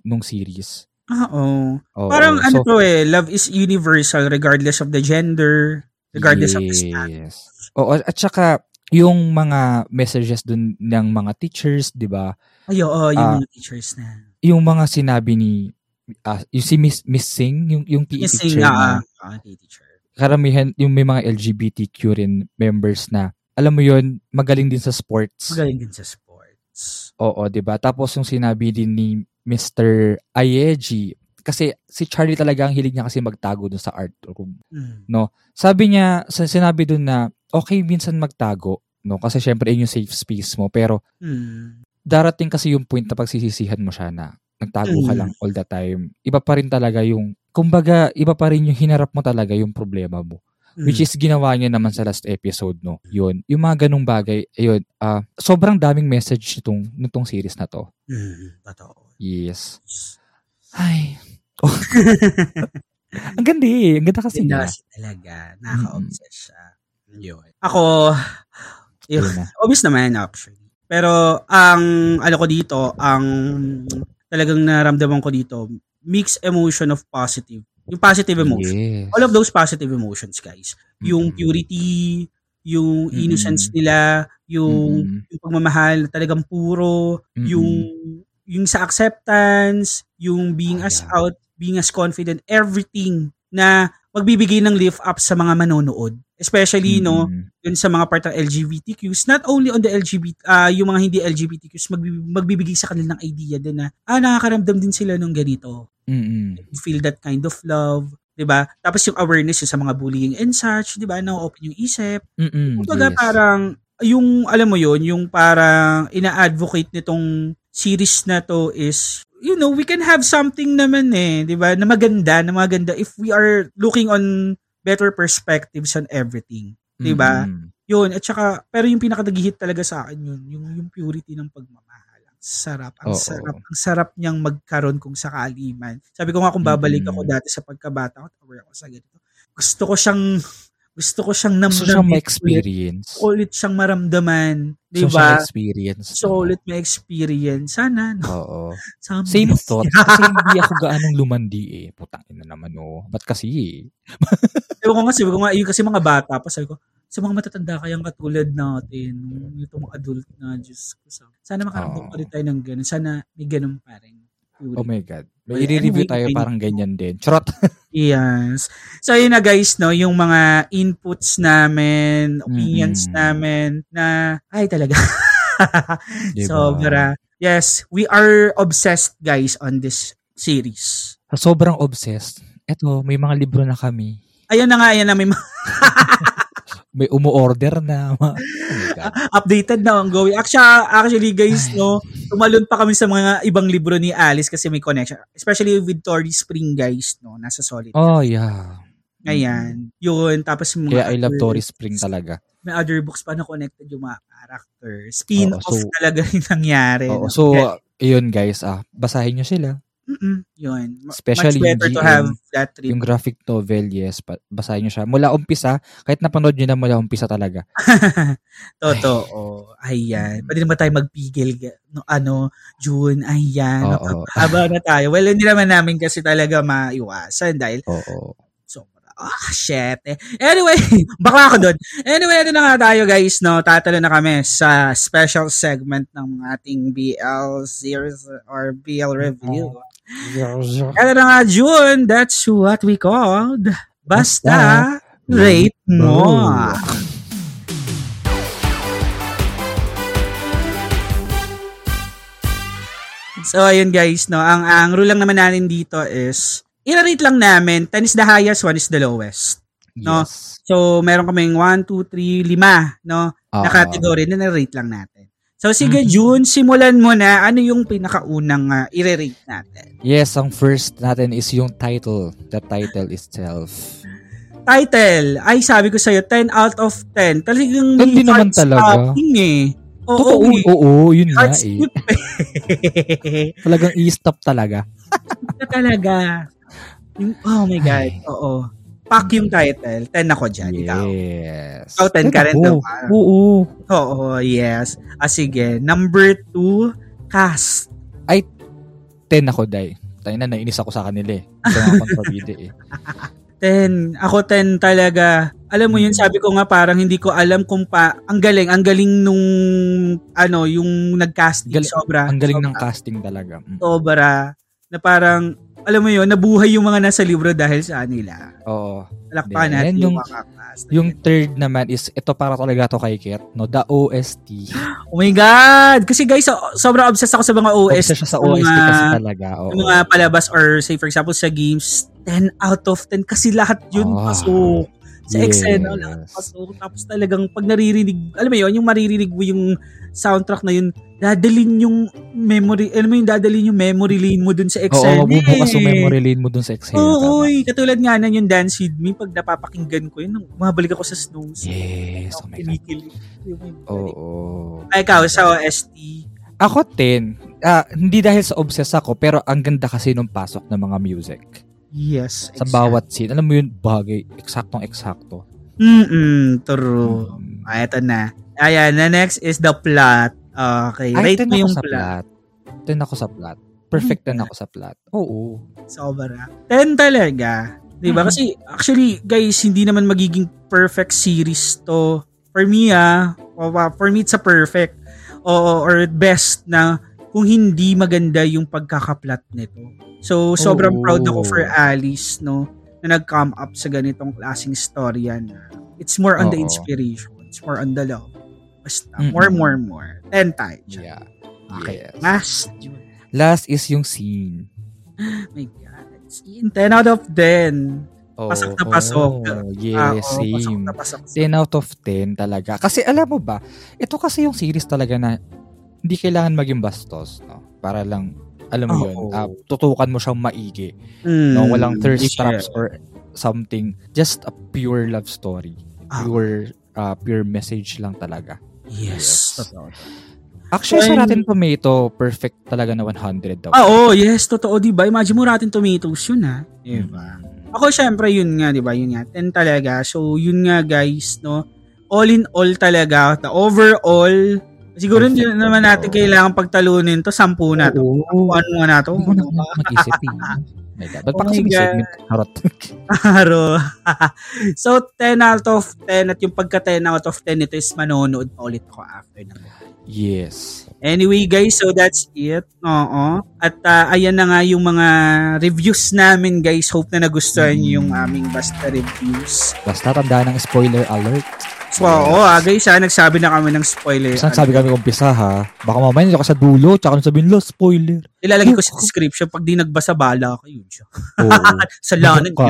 [SPEAKER 2] nung series.
[SPEAKER 5] Ah, Oo.
[SPEAKER 2] Oo,
[SPEAKER 5] Parang ano
[SPEAKER 2] so,
[SPEAKER 5] to eh, love is universal regardless of the gender, regardless of the status.
[SPEAKER 2] Yes. Oo, at saka yung mga messages dun ng mga teachers, 'di ba?
[SPEAKER 5] Ay, oo, yung
[SPEAKER 2] Ah.
[SPEAKER 5] mga teachers na.
[SPEAKER 2] Yung mga sinabi ni ah, yung si Miss, Miss Singh, yung yung PE
[SPEAKER 5] Missing,
[SPEAKER 2] teacher na
[SPEAKER 5] ah, ah, okay, teacher.
[SPEAKER 2] karamihan yung may mga LGBTQ rin members na alam mo yon magaling din sa sports.
[SPEAKER 5] Magaling din sa sports.
[SPEAKER 2] Oo, 'di ba? Tapos yung sinabi din ni Mr. Ayeji kasi si Charlie talaga ang hilig niya kasi magtago dun sa art room.
[SPEAKER 5] Mm.
[SPEAKER 2] sabi niya, sa- sinabi dun na, okay minsan magtago, no? Kasi syempre yun yung safe space mo. Pero
[SPEAKER 5] Mm.
[SPEAKER 2] darating kasi yung point na pagsisisihan mo siya na nagtago ka
[SPEAKER 5] Mm.
[SPEAKER 2] lang all the time. Iba pa rin talaga yung, kumbaga, iba pa rin yung hinarap mo talaga yung problema mo.
[SPEAKER 5] Mm.
[SPEAKER 2] Which is ginawa niya naman sa last episode, no? Yun. Yung mga ganung bagay, yun. ah, sobrang daming message nitong, nitong series na to.
[SPEAKER 5] Mm. Totoo.
[SPEAKER 2] Yes.
[SPEAKER 5] [laughs]
[SPEAKER 2] Ay. ang ganda eh. Ang ganda kasi
[SPEAKER 5] Ganda
[SPEAKER 2] niya.
[SPEAKER 5] kasi talaga. Nakaka-obsess siya. Yun. Ako, yun,
[SPEAKER 2] Yun na.
[SPEAKER 5] obvious naman actually. Pero ang ano ko dito, ang talagang naramdaman ko dito, mixed emotion of positive. Yung positive emotion.
[SPEAKER 2] Yes.
[SPEAKER 5] All of those positive emotions, guys. Yung
[SPEAKER 2] Mm.
[SPEAKER 5] purity, yung
[SPEAKER 2] Mm-mm.
[SPEAKER 5] innocence nila, yung,
[SPEAKER 2] Mm-mm.
[SPEAKER 5] yung pagmamahal talagang puro,
[SPEAKER 2] Mm-mm. Ah,
[SPEAKER 5] yung yung sa acceptance, yung being as
[SPEAKER 2] Ayan.
[SPEAKER 5] out, being as confident, everything na magbibigay ng lift up sa mga manonood. Especially, no,
[SPEAKER 2] Mm-mm.
[SPEAKER 5] yun sa mga part ng LGBTQs, not only on the LGBT, ah, yung mga hindi LGBTQs, magbib- magbibigay sa kanila ng idea din na, ah, nakakaramdam din sila ng ganito.
[SPEAKER 2] Mm-mm.
[SPEAKER 5] Feel that kind of love, 'di ba? Tapos yung awareness yun sa mga bullying and such, 'di ba? Now open yung isip.
[SPEAKER 2] Mm-mm.
[SPEAKER 5] Kumbaga
[SPEAKER 2] Mm, yes.
[SPEAKER 5] parang yung alam mo yun, yung parang ina-advocate nitong series na to is you know, we can have something naman eh, 'di ba? Na maganda, na maganda if we are looking on better perspectives on everything, 'di ba?
[SPEAKER 2] Mm.
[SPEAKER 5] Yun, at saka pero yung pinaka hit talaga sa akin yun, yung yung purity ng pagmamahal. Ang sarap, ang
[SPEAKER 2] Oo.
[SPEAKER 5] sarap, ang sarap niyang magkaroon kung sakali man. Sabi ko nga kung babalik
[SPEAKER 2] Mm.
[SPEAKER 5] ako dati sa pagkabata ko, aware ako sa ganito. Gusto ko siyang gusto ko siyang nam
[SPEAKER 2] Gusto
[SPEAKER 5] namit
[SPEAKER 2] siyang
[SPEAKER 5] ulit,
[SPEAKER 2] ma-experience.
[SPEAKER 5] ulit siyang maramdaman, 'di
[SPEAKER 2] Gusto siyang
[SPEAKER 5] ba?
[SPEAKER 2] experience.
[SPEAKER 5] So ulit may experience sana. No? [laughs]
[SPEAKER 2] Oo.
[SPEAKER 5] Someday.
[SPEAKER 2] Same thought.
[SPEAKER 5] [laughs]
[SPEAKER 2] Kasi hindi ako gaanong lumandi eh. Putang ina naman oh. Ba't kasi eh?
[SPEAKER 5] Sabi ko nga, sabi ko nga, yun kasi mga bata pa, sabi ko, sa mga matatanda kayang katulad natin, itong mga adult na, Diyos ko, sabi. sana makaramdam
[SPEAKER 2] Oo.
[SPEAKER 5] pa rin tayo ng ganun. Sana may ganun pa rin.
[SPEAKER 2] Oh my God.
[SPEAKER 5] Well,
[SPEAKER 2] May i-review
[SPEAKER 5] anyway,
[SPEAKER 2] tayo
[SPEAKER 5] okay.
[SPEAKER 2] parang ganyan din. Charot.
[SPEAKER 5] [laughs] Yes. So, yun na guys, no, yung mga inputs namin, opinions
[SPEAKER 2] Mm.
[SPEAKER 5] namin, na, ay talaga.
[SPEAKER 2] Diba?
[SPEAKER 5] Sobra. Yes, we are obsessed, guys, on this series.
[SPEAKER 2] Sa sobrang obsessed. Eto, may mga libro na kami.
[SPEAKER 5] Ayan na nga, ayan na, may mga
[SPEAKER 2] May umu-order na. [laughs] Oh my God.
[SPEAKER 5] updated na ongoing. Actually, actually guys, no, tumalon pa kami sa mga ibang libro ni Alice kasi may connection. Especially with Tori Spring, guys, no? Nasa Solid.
[SPEAKER 2] Oh yeah.
[SPEAKER 5] Ayan. Yun. Tapos yung mga
[SPEAKER 2] Kaya I love
[SPEAKER 5] other-
[SPEAKER 2] Tori Spring talaga.
[SPEAKER 5] May other books pa na connected yung mga characters. Spin-off
[SPEAKER 2] Oo, so-
[SPEAKER 5] talaga [laughs] yung nangyari.
[SPEAKER 2] Oo,
[SPEAKER 5] no?
[SPEAKER 2] so,
[SPEAKER 5] Kaya-
[SPEAKER 2] yun guys. Ah, basahin nyo sila.
[SPEAKER 5] Mm-mm, yun. Ma- Much
[SPEAKER 2] Especially yung
[SPEAKER 5] better to
[SPEAKER 2] GM.
[SPEAKER 5] have that trip.
[SPEAKER 2] Yung graphic novel, yes. pa- Basahin nyo siya. Mula umpisa. Kahit napanood nyo na mula umpisa talaga.
[SPEAKER 5] Totoo. Ayan. Pwede naman tayo magpigil. ga- No, ano, June, ayan.
[SPEAKER 2] Oo.
[SPEAKER 5] Haba na tayo. Well, hindi naman namin kasi talaga maiwasan dahil
[SPEAKER 2] Oo.
[SPEAKER 5] Sobra. Ah, shit. eh. Anyway, [laughs] baka ako doon. Anyway, ito na nga tayo guys, no? Tatalo na kami sa special segment ng ating BL series or BL review. Ito na nga, June. That's what we called Basta, Rate Mo. So, ayun guys, no? Ang, ang rule lang naman natin dito is, irarate lang namin, 10 is the highest, 1 is the lowest. No.
[SPEAKER 2] Yes.
[SPEAKER 5] So, meron kaming 1, 2, 3, 5, no? na
[SPEAKER 2] Oo.
[SPEAKER 5] category na na-rate lang natin. So sige
[SPEAKER 2] Mm-hmm.
[SPEAKER 5] June, simulan mo na ano yung pinakaunang uh, i-rate natin.
[SPEAKER 2] Yes, ang first natin is yung title. The title itself.
[SPEAKER 5] Title, ay sabi ko sa'yo, 10 out of 10. Talagang may
[SPEAKER 2] Hindi naman talaga.
[SPEAKER 5] heart-stopping eh. Oo,
[SPEAKER 2] Totoo,
[SPEAKER 5] eh.
[SPEAKER 2] oo, yun nga eh.
[SPEAKER 5] Heart-skip [laughs] eh.
[SPEAKER 2] Talagang i-stop talaga.
[SPEAKER 5] Ito talaga. Yung, oh my God,
[SPEAKER 2] Ay.
[SPEAKER 5] oo. Pack yung title, 10 ako dyan, ikaw.
[SPEAKER 2] Yes.
[SPEAKER 5] Ikaw, 10 ka rin, ah. di
[SPEAKER 2] Ay, naku.
[SPEAKER 5] ba?
[SPEAKER 2] Oo.
[SPEAKER 5] Oo, yes. Ah, sige, number 2, cast.
[SPEAKER 2] 10 ako, Day. Tayo na, nainis ako sa kanila eh. Ito mga kontrabida
[SPEAKER 5] [laughs]
[SPEAKER 2] eh.
[SPEAKER 5] 10. Ako 10 talaga. Alam mo yun,
[SPEAKER 2] Mm.
[SPEAKER 5] sabi ko nga parang hindi ko alam kung pa... Ang galing, ang galing nung ano, yung nag-casting
[SPEAKER 2] Galing-
[SPEAKER 5] sobra.
[SPEAKER 2] Ang
[SPEAKER 5] Ah,
[SPEAKER 2] galing
[SPEAKER 5] sobra,
[SPEAKER 2] ng casting talaga. Mm.
[SPEAKER 5] Sobra. Na parang, alam mo yun, nabuhay yung mga nasa libro dahil sa nila.
[SPEAKER 2] Oo.
[SPEAKER 5] Palakpakan
[SPEAKER 2] Then,
[SPEAKER 5] natin yung,
[SPEAKER 2] yung-
[SPEAKER 5] mga cast.
[SPEAKER 2] Yung third naman is, ito para talaga to kay Ket, no? The OST.
[SPEAKER 5] Oh my God! Kasi guys, so, sobrang obsessed ako sa mga OST.
[SPEAKER 2] Obsessed siya sa
[SPEAKER 5] mga-
[SPEAKER 2] OST kasi talaga. Oo.
[SPEAKER 5] yung mga palabas or say for example sa games 10 out of 10 kasi lahat yun
[SPEAKER 2] Ah,
[SPEAKER 5] pasok sa
[SPEAKER 2] yes.
[SPEAKER 5] eksena lahat pasok tapos talagang pag naririnig alam mo yun yung maririnig mo yung soundtrack na yun dadalin yung memory alam mo yung dadalin yung memory lane mo dun sa
[SPEAKER 2] Oo,
[SPEAKER 5] eksena
[SPEAKER 2] magbubukas yung
[SPEAKER 5] eh.
[SPEAKER 2] memory lane mo dun sa Excel.
[SPEAKER 5] Oo, oy, katulad nga nun yung Dance With Me, pag napapakinggan ko yun, mabalik ako sa snow.
[SPEAKER 2] Yes, oh my God.
[SPEAKER 5] Kinikilig.
[SPEAKER 2] Oo.
[SPEAKER 5] Ay, Ah, ikaw, sa OST.
[SPEAKER 2] Ako 10. Ah, hindi dahil sa obsess ako, pero ang ganda kasi nung pasok ng mga music.
[SPEAKER 5] Yes.
[SPEAKER 2] Sa bawat scene. Alam mo yun, bagay. Eksaktong-eksakto.
[SPEAKER 5] Mm-mm, true.
[SPEAKER 2] Mm.
[SPEAKER 5] Ah, eto na. Ayan, the next is the plot. Okay,
[SPEAKER 2] Ay,
[SPEAKER 5] rate mo
[SPEAKER 2] 10 ako
[SPEAKER 5] yung Hmm.
[SPEAKER 2] sa
[SPEAKER 5] plot.
[SPEAKER 2] plot. 10 ako sa plot. Perfect 10 ako sa plot. Oo.
[SPEAKER 5] Sobra. 10 talaga. Di ba?
[SPEAKER 2] Mhm.
[SPEAKER 5] Kasi, actually, guys, hindi naman magiging perfect series to. For me, ah, wa- wa- for me, it's a perfect o or best na kung hindi maganda yung pagkakaplat nito. So, sobrang
[SPEAKER 2] Oo.
[SPEAKER 5] proud ako for Alice, no, na nag-come up sa ganitong klaseng storya na it's more on the
[SPEAKER 2] Oo.
[SPEAKER 5] inspiration. It's more on the love. Basta,
[SPEAKER 2] Mhm.
[SPEAKER 5] more, more, more. 10 tayo. dyan.
[SPEAKER 2] Yeah.
[SPEAKER 5] Okay.
[SPEAKER 2] Yes.
[SPEAKER 5] Last June.
[SPEAKER 2] Last is yung scene.
[SPEAKER 5] My God. It's in 10 out of 10.
[SPEAKER 2] Oo.
[SPEAKER 5] Pasok na pasok. Ah,
[SPEAKER 2] Yes,
[SPEAKER 5] oo, pasok
[SPEAKER 2] same.
[SPEAKER 5] na pasok.
[SPEAKER 2] 10 out of 10 talaga. Kasi alam mo ba, ito kasi yung series talaga na hindi kailangan maging bastos, no? Para lang, alam
[SPEAKER 5] Oo.
[SPEAKER 2] mo yun, ah, tutukan mo siyang maigi.
[SPEAKER 5] Mm,
[SPEAKER 2] No, walang thirst
[SPEAKER 5] sure.
[SPEAKER 2] traps or something. Just a pure love story.
[SPEAKER 5] Ah.
[SPEAKER 2] Pure ah, pure message lang talaga.
[SPEAKER 5] Yes. Totoo.
[SPEAKER 2] Actually,
[SPEAKER 5] Well-
[SPEAKER 2] sa Rotten Tomato, perfect talaga na 100 daw.
[SPEAKER 5] Ah, oo, yes, totoo, di ba? Imagine mo Rotten Tomatoes yun, ha? Di
[SPEAKER 2] Mm.
[SPEAKER 5] ba? Ako, syempre, yun nga, di ba? Yun nga, 10 talaga. So, yun nga, guys, no? All in all talaga, the overall, siguro hindi
[SPEAKER 2] Perfect.
[SPEAKER 5] naman natin kailangan pagtalunin to, 10 na to.
[SPEAKER 2] Oo.
[SPEAKER 5] Ano nga na to?
[SPEAKER 2] Hindi ko na ako mag-isip
[SPEAKER 5] [laughs]
[SPEAKER 2] eh. Oh my God. Ba't
[SPEAKER 5] Oh
[SPEAKER 2] pa
[SPEAKER 5] my
[SPEAKER 2] kasi may
[SPEAKER 5] God.
[SPEAKER 2] segment? Charot. [laughs]
[SPEAKER 5] Haro. [laughs] so, 10 out of 10 at yung pagka 10 out of 10 nito is manonood pa ulit ko after na.
[SPEAKER 2] yes.
[SPEAKER 5] Anyway, guys, so that's it. Oo. At ah, ayan na nga yung mga reviews namin, guys. Hope na nagustuhan niyo yung aming basta reviews.
[SPEAKER 2] Basta tandaan ng spoiler alert.
[SPEAKER 5] So, oo, ah, guys, ah, nagsabi na kami ng spoiler.
[SPEAKER 2] Saan sabi kami umpisa ha? Baka mamaya nito ka sa dulo, tsaka nung sabihin, lo,
[SPEAKER 5] [laughs]
[SPEAKER 2] spoiler.
[SPEAKER 5] Ilalagay ko sa description pag di nagbasa bala eh. kayo. Diyo.
[SPEAKER 2] Oo.
[SPEAKER 5] Sa lanan.
[SPEAKER 2] Ka.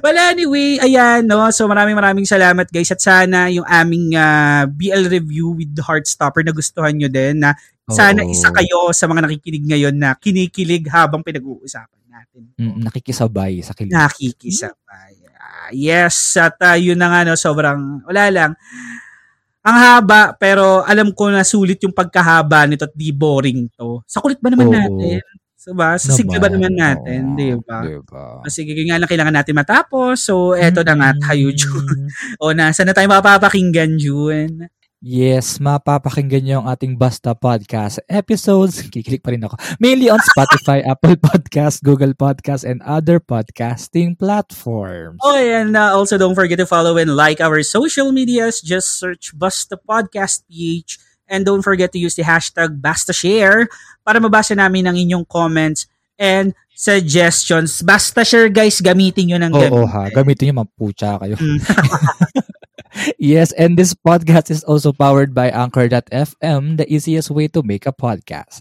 [SPEAKER 5] Well, anyway, ayan, no? So, maraming maraming salamat, guys. At sana yung aming ah, BL review with Heartstopper na gustuhan nyo din. Na sana
[SPEAKER 2] Oo.
[SPEAKER 5] isa kayo sa mga nakikinig ngayon na kinikilig habang pinag-uusapan natin.
[SPEAKER 2] Mm, nakikisabay sa kilig.
[SPEAKER 5] Nakikisabay. Ah, yes, at ah, yun na nga, no? Sobrang, wala lang. Ang haba, pero alam ko na sulit yung pagkahaba nito at di boring to. Sa kulit ba naman
[SPEAKER 2] Oo.
[SPEAKER 5] natin? So ba? Sa sigla ba naman natin?
[SPEAKER 2] Oo,
[SPEAKER 5] Di ba?
[SPEAKER 2] Diba?
[SPEAKER 5] Ah, Sige, yun nga lang kailangan natin matapos. So, eto na nga
[SPEAKER 2] Mm.
[SPEAKER 5] tayo, Jun. [laughs] o, nasa na tayo mapapakinggan, Jun?
[SPEAKER 2] Yes, mapapakinggan niyo ang ating Basta Podcast episodes. [laughs] Kikilik pa rin ako. Mainly on Spotify, [laughs] Apple Podcast, Google Podcast, and other podcasting platforms.
[SPEAKER 5] Oh, and uh, also don't forget to follow and like our social medias. Just search Basta Podcast PH. And don't forget to use the hashtag Basta Share para mabasa namin ang inyong comments and suggestions. Basta Share, guys. Gamitin nyo ng
[SPEAKER 2] Oo
[SPEAKER 5] gamitin.
[SPEAKER 2] ha, gamitin niyo mampucha kayo.
[SPEAKER 5] Mm.
[SPEAKER 2] [laughs] yes, and this podcast is also powered by Anchor.fm, the easiest way to make a podcast.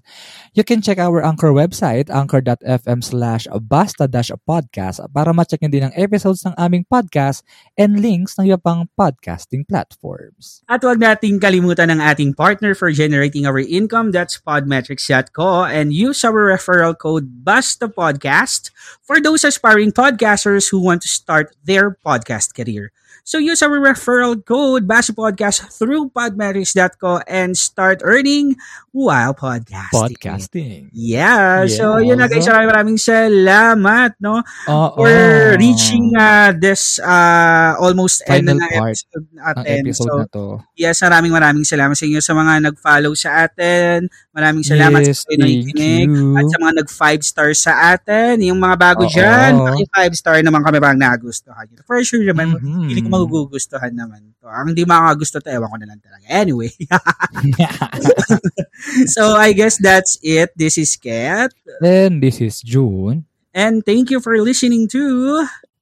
[SPEAKER 2] You can check our Anchor website, anchor.fm slash basta-podcast para ma-check niyo din ang episodes ng aming podcast and links ng iba pang podcasting platforms.
[SPEAKER 5] At huwag nating kalimutan ang ating partner for generating our income, that's podmetrics.co, and use our referral code BASTAPODCAST for those aspiring podcasters who want to start their podcast career. So use our referral code BASTAPODCAST through podmetrics.co and start earning while podcasting.
[SPEAKER 2] Podcasting.
[SPEAKER 5] Yeah, so yun
[SPEAKER 2] Yeah.
[SPEAKER 5] na guys, maraming maraming salamat no
[SPEAKER 2] Oo.
[SPEAKER 5] for
[SPEAKER 2] Oh.
[SPEAKER 5] reaching uh, this uh, almost end
[SPEAKER 2] Final
[SPEAKER 5] ng
[SPEAKER 2] part
[SPEAKER 5] episode
[SPEAKER 2] ang
[SPEAKER 5] natin.
[SPEAKER 2] episode
[SPEAKER 5] So,
[SPEAKER 2] na to.
[SPEAKER 5] Yes, maraming maraming salamat sa inyo sa mga nag-follow sa atin. Maraming salamat
[SPEAKER 2] yes,
[SPEAKER 5] sa mga nakikinig. At sa mga nag-5 star sa atin. Yung mga bago
[SPEAKER 2] Oo.
[SPEAKER 5] dyan, maki 5 star naman kami pang nagustuhan. nyo. For sure naman,
[SPEAKER 2] Mhm.
[SPEAKER 5] feeling ko
[SPEAKER 2] [laughs]
[SPEAKER 5] magugustuhan naman to. Ang hindi makagusto to, ewan ko na lang talaga. Anyway. [laughs] so, I guess that's it. This is Kat.
[SPEAKER 2] Then, this is June.
[SPEAKER 5] And thank you for listening to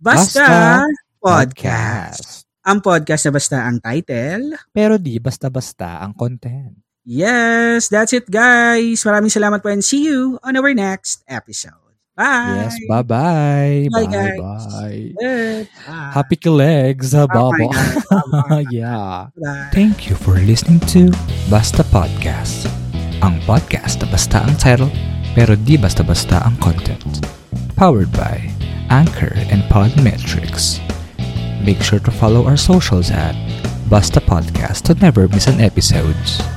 [SPEAKER 5] Basta,
[SPEAKER 2] Basta
[SPEAKER 5] Podcast. Ang podcast na basta ang title.
[SPEAKER 2] Pero di basta-basta ang content.
[SPEAKER 5] Yes, that's it guys. Maraming salamat po and see you on our next episode. Bye.
[SPEAKER 2] Yes, bye-bye.
[SPEAKER 5] Bye, guys.
[SPEAKER 2] Bye-bye.
[SPEAKER 5] Yes.
[SPEAKER 2] Happy legs,
[SPEAKER 5] Oh
[SPEAKER 2] babo. [laughs] yeah. Thank you for listening to Basta Podcast. Ang podcast na basta ang title, pero di basta-basta ang content. Powered by Anchor and Podmetrics. Make sure to follow our socials at Basta Podcast to never miss an episode.